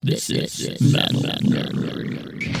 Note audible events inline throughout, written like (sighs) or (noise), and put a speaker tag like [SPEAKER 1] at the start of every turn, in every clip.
[SPEAKER 1] This is Metal Nerd.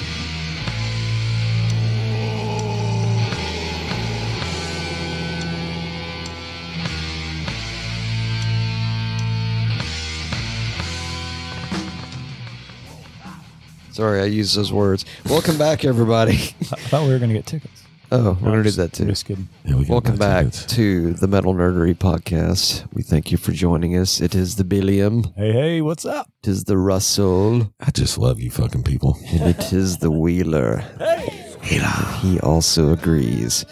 [SPEAKER 2] Sorry, I used those words. Welcome back, everybody. (laughs)
[SPEAKER 3] I thought we were going to get tickets.
[SPEAKER 2] Oh, we're gonna do that
[SPEAKER 3] I'm
[SPEAKER 2] too.
[SPEAKER 3] just kidding.
[SPEAKER 4] Yeah, we got
[SPEAKER 2] Welcome
[SPEAKER 4] my
[SPEAKER 2] back
[SPEAKER 4] tickets.
[SPEAKER 2] to the Metal Nerdery Podcast. We thank you for joining us. It is the Billiam,
[SPEAKER 3] Hey, hey, what's up?
[SPEAKER 2] it is the Russell,
[SPEAKER 4] I just love you fucking people.
[SPEAKER 2] and it is the Wheeler. (laughs) He also agrees.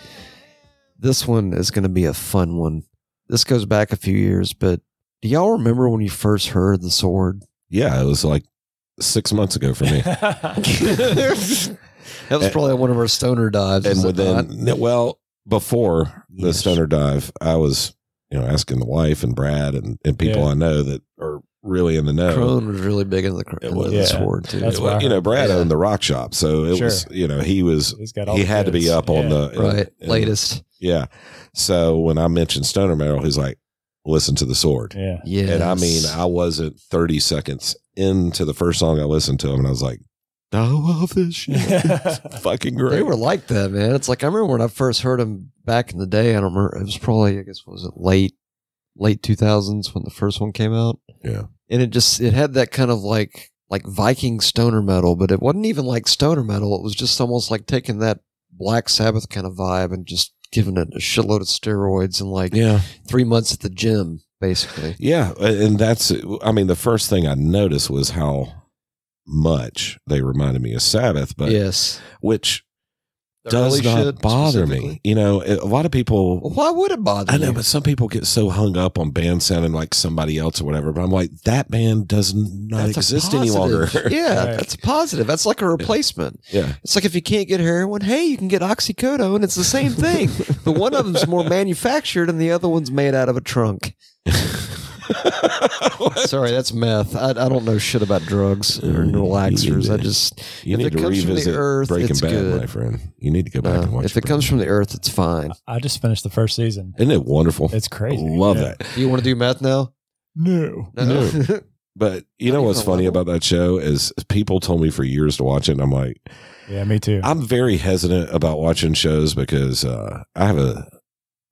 [SPEAKER 2] This one is gonna be a fun one. This goes back a few years, but do y'all remember when you first heard the sword?
[SPEAKER 4] Yeah, it was like six months ago
[SPEAKER 3] (laughs)
[SPEAKER 4] for me.
[SPEAKER 2] that was probably one of our stoner dives.
[SPEAKER 4] Eh, and
[SPEAKER 2] was it not?
[SPEAKER 4] within, well, before the
[SPEAKER 2] Yes.
[SPEAKER 4] stoner dive, I was, you know, asking the wife and Brad and, and people
[SPEAKER 3] Yeah.
[SPEAKER 4] I know that are really in the know.
[SPEAKER 2] Crone was really big into the, cr-
[SPEAKER 4] It
[SPEAKER 2] into
[SPEAKER 4] was.
[SPEAKER 2] the
[SPEAKER 3] Yeah.
[SPEAKER 2] sword too.
[SPEAKER 3] That's
[SPEAKER 4] It
[SPEAKER 3] why I
[SPEAKER 4] was- you know, Brad
[SPEAKER 2] Yeah.
[SPEAKER 4] owned the rock shop. So it
[SPEAKER 3] Sure.
[SPEAKER 4] was, you know, he was,
[SPEAKER 3] He's got all
[SPEAKER 4] he
[SPEAKER 3] the
[SPEAKER 4] had to be
[SPEAKER 3] goods.
[SPEAKER 4] up on
[SPEAKER 3] Yeah.
[SPEAKER 4] the
[SPEAKER 2] right,
[SPEAKER 4] and-
[SPEAKER 2] latest.
[SPEAKER 4] Yeah. So when I mentioned stoner metal, he's like, listen to the sword.
[SPEAKER 3] Yeah.
[SPEAKER 2] Yeah,
[SPEAKER 4] And I mean, I wasn't 30 seconds into the first song I listened to him, and I was like, I love
[SPEAKER 2] (laughs)
[SPEAKER 4] this shit. It's fucking
[SPEAKER 2] they
[SPEAKER 4] great.
[SPEAKER 2] were like that, man. It's like I remember when I first heard them back in the day. I don't remember. It was probably, I guess, what was it late, late two thousands when the first one came out.
[SPEAKER 4] yeah.
[SPEAKER 2] And it just it had that kind of like like Viking stoner metal, but it wasn't even like stoner metal. It was just almost like taking that Black Sabbath kind of vibe and just giving it a shitload of steroids and like
[SPEAKER 4] Yeah.
[SPEAKER 2] three months at the gym, basically.
[SPEAKER 4] Yeah. And that's, I mean, the first thing I noticed was how much they reminded me of Sabbath, but
[SPEAKER 2] yes,
[SPEAKER 4] which
[SPEAKER 2] The
[SPEAKER 4] does
[SPEAKER 2] early
[SPEAKER 4] not
[SPEAKER 2] shit
[SPEAKER 4] bother me.
[SPEAKER 2] specifically. Oh,
[SPEAKER 4] You know, a lot of people.
[SPEAKER 2] Well, why would it bother?
[SPEAKER 4] I know,
[SPEAKER 2] you?
[SPEAKER 4] but some people get so hung up on band sounding like somebody else or whatever. But I'm like, that band does not
[SPEAKER 2] That's a
[SPEAKER 4] exist any longer.
[SPEAKER 2] positive. (laughs) yeah,
[SPEAKER 3] Right.
[SPEAKER 2] that's a positive. That's like a replacement.
[SPEAKER 4] yeah.
[SPEAKER 2] It's like if you can't get heroin, hey, you can get oxycodone. It's the same (laughs) thing, but one of them's more manufactured and the other one's made out of a trunk. (laughs)
[SPEAKER 4] (laughs)
[SPEAKER 2] Sorry, that's meth. I, I don't know shit about drugs or
[SPEAKER 4] Mm,
[SPEAKER 2] relaxers.
[SPEAKER 4] you-
[SPEAKER 2] I just
[SPEAKER 4] You
[SPEAKER 2] If
[SPEAKER 4] need
[SPEAKER 2] it
[SPEAKER 4] to
[SPEAKER 2] comes from the
[SPEAKER 4] revisit
[SPEAKER 2] earth,
[SPEAKER 4] Breaking
[SPEAKER 2] it's
[SPEAKER 4] Bad,
[SPEAKER 2] good.
[SPEAKER 4] my friend. You need to go back and
[SPEAKER 2] no.
[SPEAKER 4] watch.
[SPEAKER 2] uh, If it comes from the earth, it's fine.
[SPEAKER 3] I just finished the first season.
[SPEAKER 4] isn't it wonderful?
[SPEAKER 3] It's crazy.
[SPEAKER 4] I love
[SPEAKER 3] Yeah.
[SPEAKER 4] that.
[SPEAKER 2] Do you want to do meth now?
[SPEAKER 3] No.
[SPEAKER 2] (laughs)
[SPEAKER 4] No. But you
[SPEAKER 2] Not
[SPEAKER 4] know
[SPEAKER 2] even
[SPEAKER 4] what's
[SPEAKER 2] a
[SPEAKER 4] funny
[SPEAKER 2] level?
[SPEAKER 4] about that show is people told me for years to watch it, and I'm like,
[SPEAKER 3] Yeah, me too.
[SPEAKER 4] I'm very hesitant about watching shows because uh, I have a.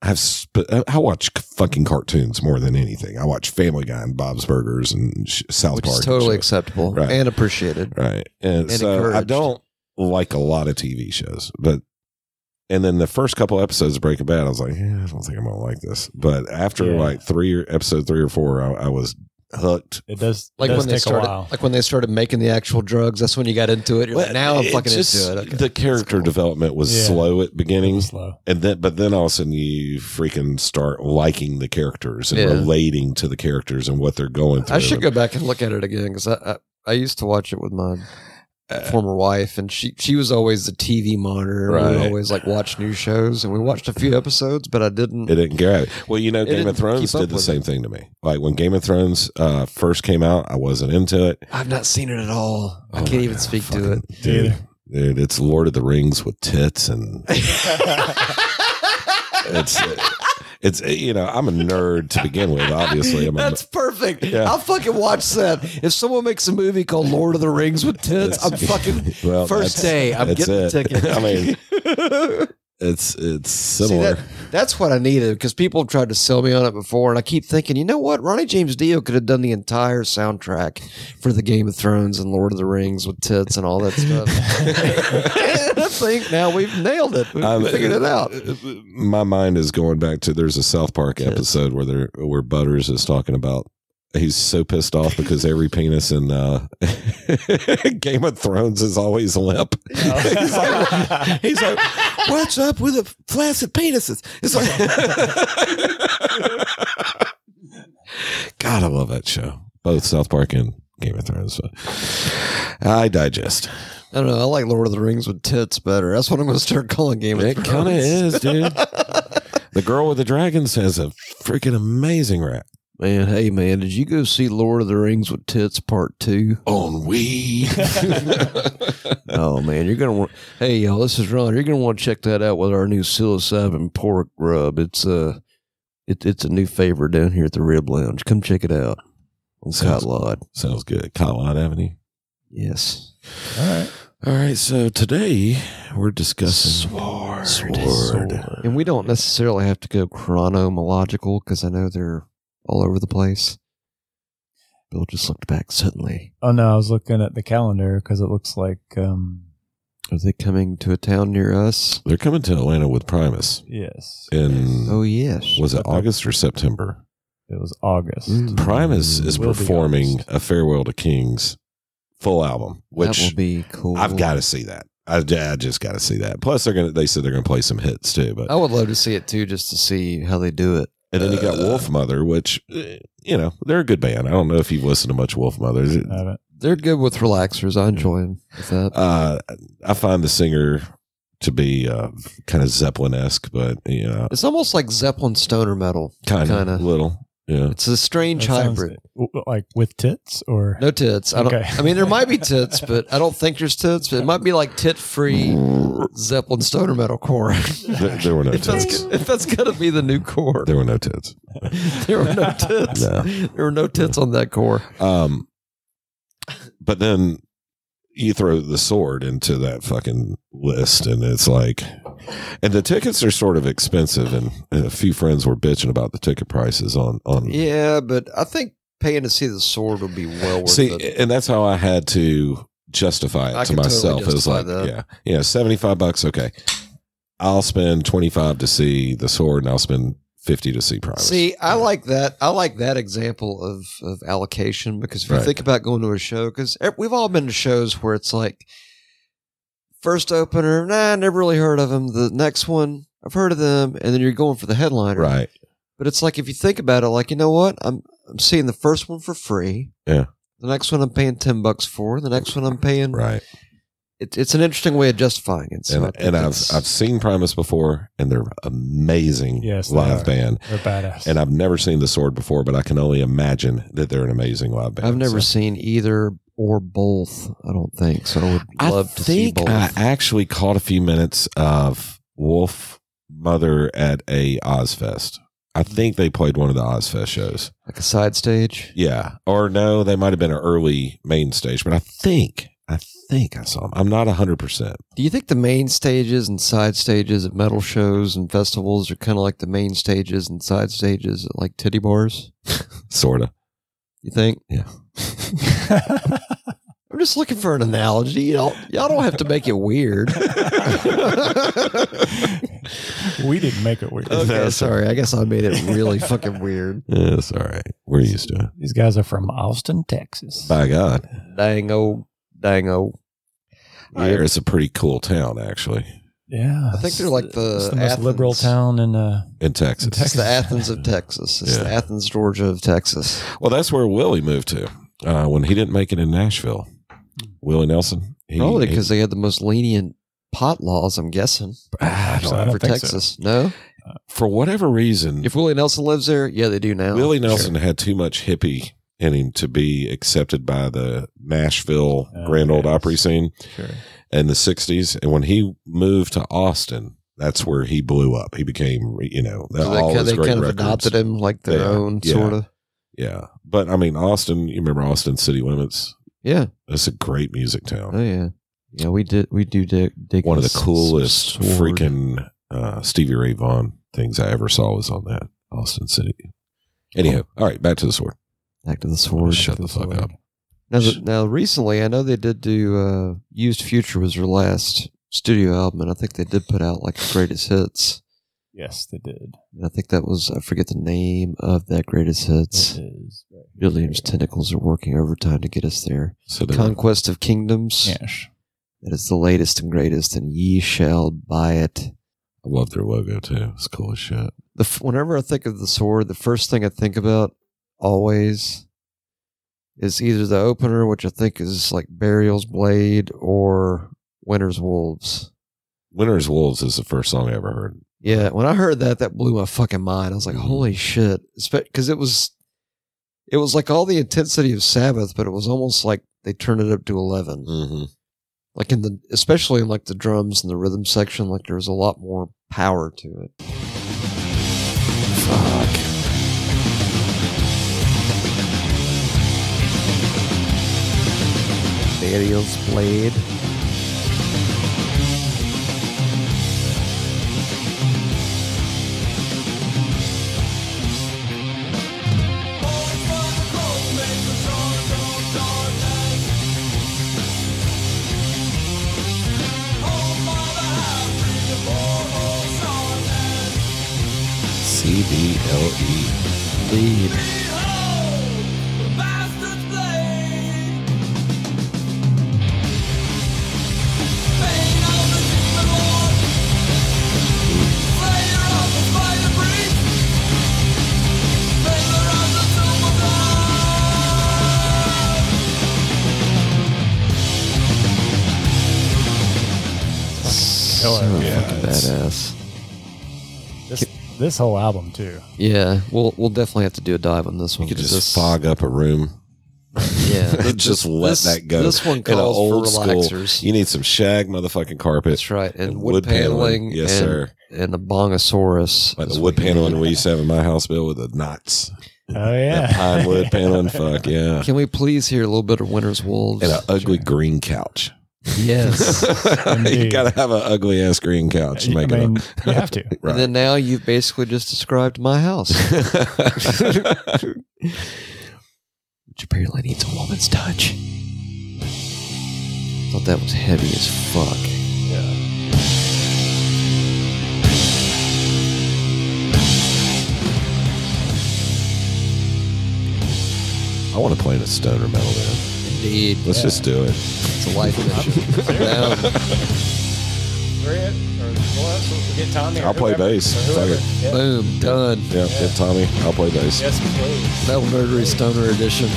[SPEAKER 4] I have sp- I watch c- fucking cartoons more than anything. I watch Family Guy and Bob's Burgers and sh- South
[SPEAKER 2] which
[SPEAKER 4] Park.
[SPEAKER 2] is
[SPEAKER 4] and
[SPEAKER 2] totally
[SPEAKER 4] shit.
[SPEAKER 2] acceptable
[SPEAKER 4] Right.
[SPEAKER 2] and appreciated.
[SPEAKER 4] Right. And,
[SPEAKER 2] And
[SPEAKER 4] so I
[SPEAKER 2] encouraged.
[SPEAKER 4] don't like a lot of TV shows, but and then the first couple episodes of Breaking Bad, I was like, yeah, I don't think I'm gonna like this. But after
[SPEAKER 3] Yeah.
[SPEAKER 4] like three or episode three or four, I, I was hooked.
[SPEAKER 3] it does.
[SPEAKER 2] Like
[SPEAKER 3] it does
[SPEAKER 2] when they
[SPEAKER 3] take
[SPEAKER 2] started,
[SPEAKER 3] a while.
[SPEAKER 2] like when they started making the actual drugs. That's when you got into it. You're like, now I'm
[SPEAKER 4] It
[SPEAKER 2] fucking
[SPEAKER 4] just-
[SPEAKER 2] into it. Okay.
[SPEAKER 4] The character
[SPEAKER 2] That's cool.
[SPEAKER 4] development was
[SPEAKER 3] Yeah.
[SPEAKER 4] slow at beginning, (laughs)
[SPEAKER 3] slow.
[SPEAKER 4] and then but then all of a sudden you freaking start liking the characters and
[SPEAKER 2] Yeah.
[SPEAKER 4] relating to the characters and what they're going through.
[SPEAKER 2] I should
[SPEAKER 4] And-
[SPEAKER 2] go back and look at it again because I, I I used to watch it with my
[SPEAKER 4] Uh,
[SPEAKER 2] former wife, and she she was always the TV monitor. We would
[SPEAKER 4] Right.
[SPEAKER 2] always like watch new shows, and we watched a few episodes, but I didn't.
[SPEAKER 4] It didn't grab it. Well, you know,
[SPEAKER 2] It
[SPEAKER 4] Game
[SPEAKER 2] didn't
[SPEAKER 4] of Thrones
[SPEAKER 2] keep up
[SPEAKER 4] did the
[SPEAKER 2] with
[SPEAKER 4] same thing to me. Like when Game of Thrones uh, first came out, I wasn't into it.
[SPEAKER 2] I've not seen it at all. I
[SPEAKER 4] Oh
[SPEAKER 2] can't
[SPEAKER 4] my
[SPEAKER 2] even
[SPEAKER 4] God,
[SPEAKER 2] speak to
[SPEAKER 4] fucking-
[SPEAKER 2] it.
[SPEAKER 4] Dude,
[SPEAKER 2] (laughs)
[SPEAKER 4] dude, it's Lord of the Rings with tits and it's it's you know, I'm a nerd to begin
[SPEAKER 2] (laughs)
[SPEAKER 4] with, obviously. I'm a-
[SPEAKER 2] That's perfect.
[SPEAKER 4] Yeah.
[SPEAKER 2] I'll fucking watch that. If someone makes a movie called Lord of the Rings with tits, I'm fucking
[SPEAKER 4] (laughs) well,
[SPEAKER 2] first
[SPEAKER 4] that's-
[SPEAKER 2] day. I'm
[SPEAKER 4] that's
[SPEAKER 2] getting the
[SPEAKER 4] it. (laughs)
[SPEAKER 2] ticket.
[SPEAKER 4] I mean,
[SPEAKER 2] (laughs) mean,
[SPEAKER 4] it's it's
[SPEAKER 2] See,
[SPEAKER 4] similar.
[SPEAKER 2] that- that's what I needed because people have tried to sell me on it before, and I keep thinking, you know what? Ronnie James Dio could have done the entire soundtrack for the Game of Thrones and Lord of the Rings with tits and all that stuff. (laughs) I think now we've nailed it. We've
[SPEAKER 4] Um,
[SPEAKER 2] figured it out.
[SPEAKER 4] My mind is going back to there's a South Park
[SPEAKER 2] Tits.
[SPEAKER 4] episode where there where Butters is talking about he's so pissed off
[SPEAKER 2] (laughs)
[SPEAKER 4] because every penis in uh, (laughs) Game of Thrones is always limp. (laughs) he's like, He's like, what's up with the flaccid penises? It's like, (laughs) God, I love that show. Both South Park and Game of Thrones. but I digest.
[SPEAKER 2] I don't know. I like Lord of the Rings with tits better. That's what I'm going to start calling Game of
[SPEAKER 4] It
[SPEAKER 2] Thrones.
[SPEAKER 4] kind of is, dude. the girl with the dragons has a freaking amazing rap
[SPEAKER 2] Man, hey man, did you go see Lord of the Rings with tits part two?
[SPEAKER 4] on weed.
[SPEAKER 2] Oh man, you're gonna want. Hey y'all, this is Ron. You're gonna want to check that out with our new psilocybin pork rub. It's uh, it, it's a new favorite down here at the Rib Lounge. Come check it out on
[SPEAKER 4] (laughs) Sounds-
[SPEAKER 2] Cotlod.
[SPEAKER 4] Sounds good. Colorado Avenue.
[SPEAKER 2] Yes.
[SPEAKER 3] All right.
[SPEAKER 4] All right, so today we're discussing
[SPEAKER 2] Sword.
[SPEAKER 4] Sword.
[SPEAKER 2] And we don't necessarily have to go chronological because I know they're all over the place. Bill just looked back suddenly.
[SPEAKER 3] Oh no, I was looking at the calendar because it looks like um
[SPEAKER 2] Are they coming to a town near us?
[SPEAKER 4] They're coming to Atlanta with Primus
[SPEAKER 3] yes,
[SPEAKER 4] in
[SPEAKER 2] Oh, yes.
[SPEAKER 4] was it August or September?
[SPEAKER 3] it was August.
[SPEAKER 2] Mm.
[SPEAKER 4] Primus is
[SPEAKER 3] Will be
[SPEAKER 4] performing
[SPEAKER 3] August.
[SPEAKER 4] a Farewell to Kings full album,
[SPEAKER 2] That
[SPEAKER 4] which
[SPEAKER 2] will be cool.
[SPEAKER 4] I've got to see that. I, I just got to see that. Plus, they're gonna. They said they're gonna play some hits too. But
[SPEAKER 2] I would love to see it too, just to see how they do it.
[SPEAKER 4] and then you got
[SPEAKER 2] uh,
[SPEAKER 4] Wolf Mother, which eh, you know they're a good band. I don't know if you've listened to much Wolf Mother. Is it-
[SPEAKER 2] Uh,
[SPEAKER 3] I haven't.
[SPEAKER 2] They're good with relaxers. I enjoy them with that.
[SPEAKER 4] Uh, I find the singer to be uh, kind of Zeppelin esque, but you know,
[SPEAKER 2] it's almost like Zeppelin stoner metal.
[SPEAKER 4] kind
[SPEAKER 2] Kinda.
[SPEAKER 4] of little. Yeah,
[SPEAKER 2] It's a strange
[SPEAKER 3] That sounds-
[SPEAKER 2] hybrid.
[SPEAKER 3] w- like with tits or
[SPEAKER 2] No tits. I don't.
[SPEAKER 3] Okay.
[SPEAKER 2] I mean, there
[SPEAKER 4] (laughs)
[SPEAKER 2] might be tits, but I don't think there's tits. But it might be like tit-free Zeppelin stoner metal core.
[SPEAKER 4] there, there were
[SPEAKER 2] (laughs)
[SPEAKER 4] no
[SPEAKER 2] if that's
[SPEAKER 4] tits.
[SPEAKER 2] go- if that's gonna be the new core,
[SPEAKER 4] There were no tits.
[SPEAKER 2] there were
[SPEAKER 3] (laughs)
[SPEAKER 4] (laughs)
[SPEAKER 2] no tits.
[SPEAKER 4] No.
[SPEAKER 2] There were no tits on that core.
[SPEAKER 4] Um, but then you throw the sword into that fucking list, and it's like, and the tickets are sort of expensive, and, and a few friends were bitching about the ticket prices on on.
[SPEAKER 2] Yeah, but I think paying to see the sword would be well worth
[SPEAKER 4] See,
[SPEAKER 2] it.
[SPEAKER 4] and that's how I had to justify it
[SPEAKER 2] I
[SPEAKER 4] to
[SPEAKER 2] can totally
[SPEAKER 4] myself. It was
[SPEAKER 2] justify
[SPEAKER 4] like,
[SPEAKER 2] that.
[SPEAKER 4] yeah, yeah, seventy five bucks, okay. I'll spend twenty five to see the sword, and I'll spend fifty to see Primus.
[SPEAKER 2] See, I like that. I like that example of, of allocation because if you
[SPEAKER 4] Right.
[SPEAKER 2] think about going to a show, because we've all been to shows where it's like first opener, nah, I never really heard of them. The next one, I've heard of them, and then you're going for the headliner.
[SPEAKER 4] right?
[SPEAKER 2] But it's like if you think about it, like you know what, I'm I'm seeing the first one for free.
[SPEAKER 4] Yeah.
[SPEAKER 2] The next one I'm paying ten bucks for. The next one I'm paying.
[SPEAKER 4] Right.
[SPEAKER 2] It, it's an interesting way of justifying it. So I
[SPEAKER 4] and
[SPEAKER 2] think
[SPEAKER 4] and I've
[SPEAKER 2] it's-
[SPEAKER 4] I've seen Primus before, and they're amazing
[SPEAKER 3] Yes, they
[SPEAKER 4] live
[SPEAKER 3] are.
[SPEAKER 4] band.
[SPEAKER 3] they're badass.
[SPEAKER 4] And I've never seen the sword before, but I can only imagine that they're an amazing live band.
[SPEAKER 2] I've never
[SPEAKER 4] So-
[SPEAKER 2] seen either or both. I don't think so. I would love
[SPEAKER 4] I
[SPEAKER 2] to see
[SPEAKER 4] think
[SPEAKER 2] both.
[SPEAKER 4] I actually caught a few minutes of Wolf Mother at a Ozfest. I think they played one of the Ozfest shows.
[SPEAKER 2] like a side stage.
[SPEAKER 4] Yeah, or no, they might have been an early main stage, but I think I think I saw them. I'm not hundred percent.
[SPEAKER 2] Do you think the main stages and side stages at metal shows and festivals are kind of like the main stages and side stages at like titty bars? (laughs)
[SPEAKER 4] Sorta.
[SPEAKER 2] You think? I'm just looking for an analogy. Y'all, y'all don't have to make it weird. (laughs)
[SPEAKER 4] (laughs)
[SPEAKER 3] (laughs) we didn't make it weird.
[SPEAKER 2] Okay,
[SPEAKER 4] That's-
[SPEAKER 2] sorry. I guess I made it really fucking weird.
[SPEAKER 4] Yeah, it's all right. We're used to it.
[SPEAKER 3] These guys are from Austin, Texas.
[SPEAKER 4] By God,
[SPEAKER 2] Dang old, dang old.
[SPEAKER 4] Ira is a pretty cool town actually
[SPEAKER 3] Yeah,
[SPEAKER 2] I think
[SPEAKER 3] it's
[SPEAKER 2] they're like the
[SPEAKER 3] it's the most
[SPEAKER 2] Athens.
[SPEAKER 3] liberal town in uh,
[SPEAKER 4] in Texas.
[SPEAKER 2] It's the Athens of Texas. It's the
[SPEAKER 4] Yeah.
[SPEAKER 2] Athens, Georgia of Texas.
[SPEAKER 4] Well, that's where Willie moved to uh, when he didn't make it in Nashville. Willie Nelson. He,
[SPEAKER 2] Probably
[SPEAKER 4] he-
[SPEAKER 2] because they had the most lenient pot laws, I'm guessing,
[SPEAKER 4] Ah, I don't
[SPEAKER 3] So I
[SPEAKER 4] know.
[SPEAKER 3] don't
[SPEAKER 2] for
[SPEAKER 3] think so.
[SPEAKER 2] Texas. No?
[SPEAKER 4] for whatever reason,
[SPEAKER 2] If Willie Nelson lives there, yeah, they do now.
[SPEAKER 4] Willie Nelson had too much hippie in him to be accepted by the Nashville
[SPEAKER 3] Oh,
[SPEAKER 4] Grand Old
[SPEAKER 3] yes.
[SPEAKER 4] Opry scene
[SPEAKER 3] sure.
[SPEAKER 4] in the '60s, and when he moved to Austin, that's where he blew up. He became, you know,
[SPEAKER 2] So they
[SPEAKER 4] all
[SPEAKER 2] kind,
[SPEAKER 4] his
[SPEAKER 2] they
[SPEAKER 4] great
[SPEAKER 2] kind of
[SPEAKER 4] records.
[SPEAKER 2] adopted him like their
[SPEAKER 4] Yeah,
[SPEAKER 2] own,
[SPEAKER 4] yeah.
[SPEAKER 2] sort of.
[SPEAKER 4] Yeah, but I mean, Austin. You remember Austin City Limits?
[SPEAKER 2] Yeah.
[SPEAKER 4] That's a great music town.
[SPEAKER 2] Oh, yeah. Yeah, we did. We do dig. dig
[SPEAKER 4] One of the
[SPEAKER 2] some
[SPEAKER 4] coolest
[SPEAKER 2] sword.
[SPEAKER 4] freaking uh, Stevie Ray Vaughan things I ever saw was on that Austin City. Anyhow, all right, back to the sword.
[SPEAKER 2] Oh. Back to the sword.
[SPEAKER 4] Shut the fuck up.
[SPEAKER 2] Now, the, now, recently, I know they did do uh, "Used Future" was their last studio album, and I think they did put out like a greatest hits.
[SPEAKER 3] Yes, they did.
[SPEAKER 2] And I think that was I forget the name of that greatest hits.
[SPEAKER 3] It is right here.
[SPEAKER 2] William's tentacles are working overtime to get us there.
[SPEAKER 4] So they were,
[SPEAKER 2] Conquest of Kingdoms.
[SPEAKER 3] Yes.
[SPEAKER 2] That is the latest and greatest, and ye shall buy it.
[SPEAKER 4] I love their logo too. It's cool as shit.
[SPEAKER 2] The f- whenever I think of the sword, the first thing I think about always is either the opener, which I think is like Burial's Blade, or Winter's Wolves.
[SPEAKER 4] Winter's Wolves is the first song I ever heard.
[SPEAKER 2] Yeah, when I heard that, that blew my fucking mind. I was like,
[SPEAKER 4] Mhm.
[SPEAKER 2] "Holy shit!" Because it was, it was like all the intensity of Sabbath, but it was almost like they turned it up to eleven.
[SPEAKER 4] Mm-hmm.
[SPEAKER 2] Like in the, especially in like the drums and the rhythm section, like there was a lot more power to it. Fuck. The videos played.
[SPEAKER 4] C B L E.
[SPEAKER 2] Lead.
[SPEAKER 3] Oh,
[SPEAKER 2] So
[SPEAKER 4] Yeah,
[SPEAKER 2] fucking
[SPEAKER 4] it's-
[SPEAKER 2] badass.
[SPEAKER 3] This, this whole album too.
[SPEAKER 2] Yeah, we'll we'll definitely have to do a dive on this
[SPEAKER 4] You
[SPEAKER 2] one.
[SPEAKER 4] could
[SPEAKER 2] 'cause this,
[SPEAKER 4] just fog up a room.
[SPEAKER 2] (laughs)
[SPEAKER 4] (laughs)
[SPEAKER 2] Yeah, th- this-
[SPEAKER 4] just let
[SPEAKER 2] this-
[SPEAKER 4] that go.
[SPEAKER 2] This one
[SPEAKER 4] In a
[SPEAKER 2] calls
[SPEAKER 4] old
[SPEAKER 2] for
[SPEAKER 4] school-
[SPEAKER 2] relaxers.
[SPEAKER 4] You need some shag motherfucking carpet.
[SPEAKER 2] That's right, and,
[SPEAKER 4] and
[SPEAKER 2] wood,
[SPEAKER 4] wood
[SPEAKER 2] paneling.
[SPEAKER 4] paneling. Yes,
[SPEAKER 2] and,
[SPEAKER 4] sir.
[SPEAKER 2] And the bongosaurus.
[SPEAKER 4] Like
[SPEAKER 2] is
[SPEAKER 4] the wood
[SPEAKER 2] what you
[SPEAKER 4] paneling
[SPEAKER 2] need.
[SPEAKER 4] we used to have in my house, Bill, with the knots.
[SPEAKER 3] Oh
[SPEAKER 4] That
[SPEAKER 3] yeah,
[SPEAKER 2] (laughs)
[SPEAKER 4] pine
[SPEAKER 3] (laughs)
[SPEAKER 4] wood paneling. Fuck yeah.
[SPEAKER 2] Can we please hear a little bit of Winter's Wolves?
[SPEAKER 4] And an ugly green couch.
[SPEAKER 2] (laughs) yes.
[SPEAKER 4] (laughs) you
[SPEAKER 3] Indeed.
[SPEAKER 4] gotta have an ugly ass green couch. to
[SPEAKER 3] I
[SPEAKER 4] Make it
[SPEAKER 3] mean, you have
[SPEAKER 4] (laughs)
[SPEAKER 3] to.
[SPEAKER 4] up. Right.
[SPEAKER 2] And then now you've basically just described my
[SPEAKER 4] (laughs)
[SPEAKER 2] house. Which apparently needs a woman's touch. Thought that was heavy as fuck.
[SPEAKER 3] Yeah.
[SPEAKER 4] I want to play in a stoner metal band.
[SPEAKER 2] Indeed.
[SPEAKER 4] Let's
[SPEAKER 3] Yeah.
[SPEAKER 4] just do it.
[SPEAKER 2] It's a life (laughs) mission. Down.
[SPEAKER 3] Get Tommy.
[SPEAKER 4] I'll play bass. Fuck it.
[SPEAKER 2] Boom. Done.
[SPEAKER 4] Yeah, yeah. Tommy, I'll play bass.
[SPEAKER 3] Yes, please.
[SPEAKER 2] Metal Nerdery Stoner Edition.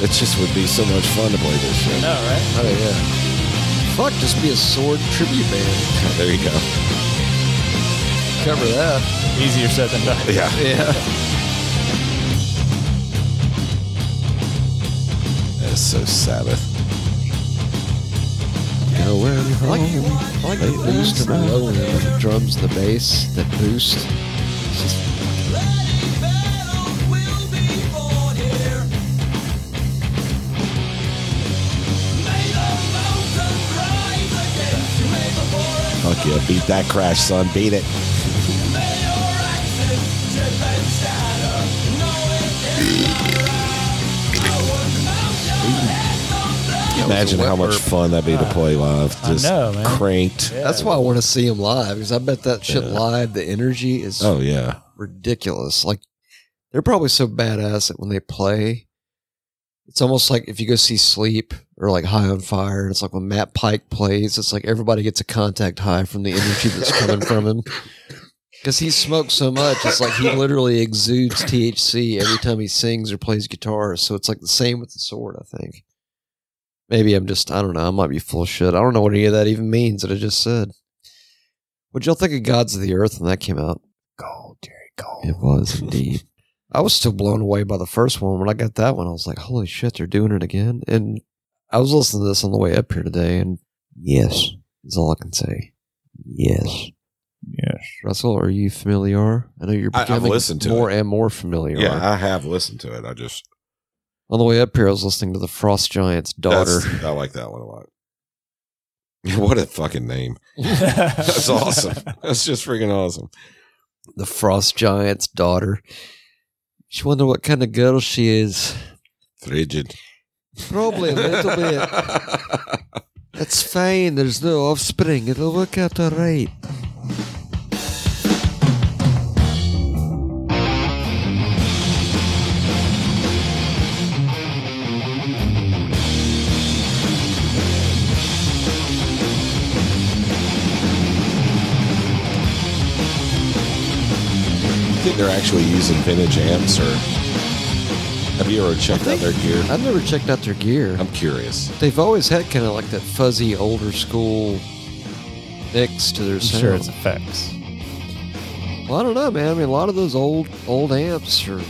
[SPEAKER 4] It just would be so much fun to play this shit.
[SPEAKER 3] No, right?
[SPEAKER 2] Oh, yeah. Fuck, just be a sword tribute band.
[SPEAKER 4] There you go.
[SPEAKER 2] Cover that.
[SPEAKER 3] Easier said than done.
[SPEAKER 4] Yeah.
[SPEAKER 2] (laughs) Yeah.
[SPEAKER 4] That is so Sabbath.
[SPEAKER 2] I like, I like the boost and the low end, like the drums, the bass, that boost. It's just-
[SPEAKER 4] Fuck yeah. Beat that crash, son. Beat it. Imagine how much fun that'd be to play live.
[SPEAKER 3] I
[SPEAKER 4] Just
[SPEAKER 3] know, man.
[SPEAKER 4] cranked.
[SPEAKER 2] That's why I want to see him live because I bet that shit live, the energy is
[SPEAKER 4] Oh yeah.
[SPEAKER 2] ridiculous. Like they're probably so badass that when they play, it's almost like if you go see Sleep or like High on Fire, and it's like when Matt Pike plays, it's like everybody gets a contact high from the energy that's coming from him. Because he smokes so much, it's like he literally exudes THC every time he sings or plays guitar. So it's like the same with the sword, I think. Maybe I'm just, I don't know, I might be full of shit. I don't know what any of that even means that I just said. What'd y'all think of Gods of the Earth when that came out?
[SPEAKER 3] Gold, Jerry Gold.
[SPEAKER 2] It was indeed. I was still blown away by the first one. When I got that one, I was like, holy shit, they're doing it again. And I was listening to this on the way up here today, and yes, is all I can say. Yes.
[SPEAKER 3] Yes.
[SPEAKER 2] Russell, are you familiar? I know you're
[SPEAKER 4] I- I've
[SPEAKER 2] becoming
[SPEAKER 4] listened to
[SPEAKER 2] more and more familiar.
[SPEAKER 4] I have listened to it. I just
[SPEAKER 2] On the way up here, I was listening to the Frost Giant's daughter.
[SPEAKER 4] that's- I like that one
[SPEAKER 3] (laughs)
[SPEAKER 4] a lot. (laughs) What a fucking name. (laughs) That's awesome. That's just freaking awesome.
[SPEAKER 2] the Frost Giant's daughter. She wonder what kind of girl she is.
[SPEAKER 4] Frigid.
[SPEAKER 2] Probably a little
[SPEAKER 4] (laughs)
[SPEAKER 2] bit. It's fine. There's no offspring. It'll work out all right.
[SPEAKER 4] I think they're actually using vintage amps or have you ever checked out their gear?
[SPEAKER 2] I've never checked out their gear.
[SPEAKER 4] I'm curious.
[SPEAKER 2] They've always had kind of like that fuzzy older school mix to their
[SPEAKER 3] I'm sure
[SPEAKER 2] sound.
[SPEAKER 3] it's effects.
[SPEAKER 2] well, I don't know, man. I mean, a lot of those old old amps are.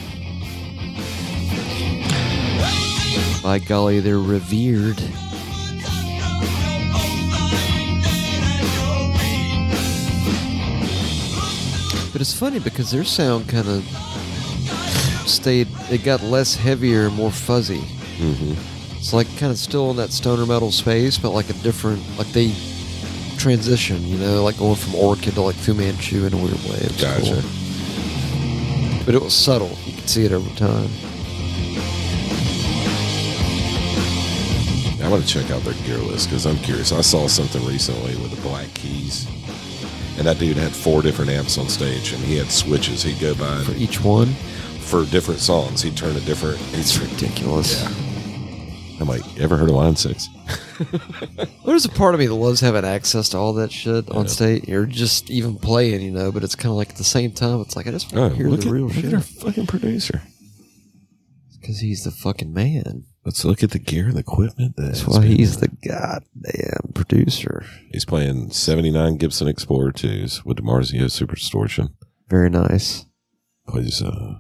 [SPEAKER 2] By golly, they're revered. But it's funny because their sound kind of stayed. It got less heavier, more fuzzy.
[SPEAKER 4] Mm-hmm.
[SPEAKER 2] It's like kind of still in that stoner metal space, but like a different. Like they transition, you know, like going from Orchid to like Fu Manchu in a weird way. It was
[SPEAKER 4] Gotcha.
[SPEAKER 2] cool. But it was subtle. You could see it over time.
[SPEAKER 4] I want to check out their gear list because I'm curious. I saw something recently with the Black Keys, and that dude had four different amps on stage, and he had switches. He'd go by
[SPEAKER 2] For
[SPEAKER 4] and
[SPEAKER 2] each one,
[SPEAKER 4] for different songs. He'd turn a different.
[SPEAKER 2] it's ridiculous.
[SPEAKER 4] I'm like, you ever heard of Line Six?
[SPEAKER 2] There's a part of me that loves having access to all that shit on state or just even playing, you know, but it's kind of like at the same time, it's like I just
[SPEAKER 4] Oh,
[SPEAKER 2] want to hear
[SPEAKER 4] look
[SPEAKER 2] the
[SPEAKER 4] at,
[SPEAKER 2] real
[SPEAKER 4] look at our
[SPEAKER 2] shit.
[SPEAKER 4] fucking producer.
[SPEAKER 2] Because he's the fucking man.
[SPEAKER 4] Let's look at the gear and the equipment.
[SPEAKER 2] That's why he's the goddamn producer.
[SPEAKER 4] he's playing '79 Gibson Explorer twos with DiMarzio Super Distortion.
[SPEAKER 2] Very nice.
[SPEAKER 4] Plays uh,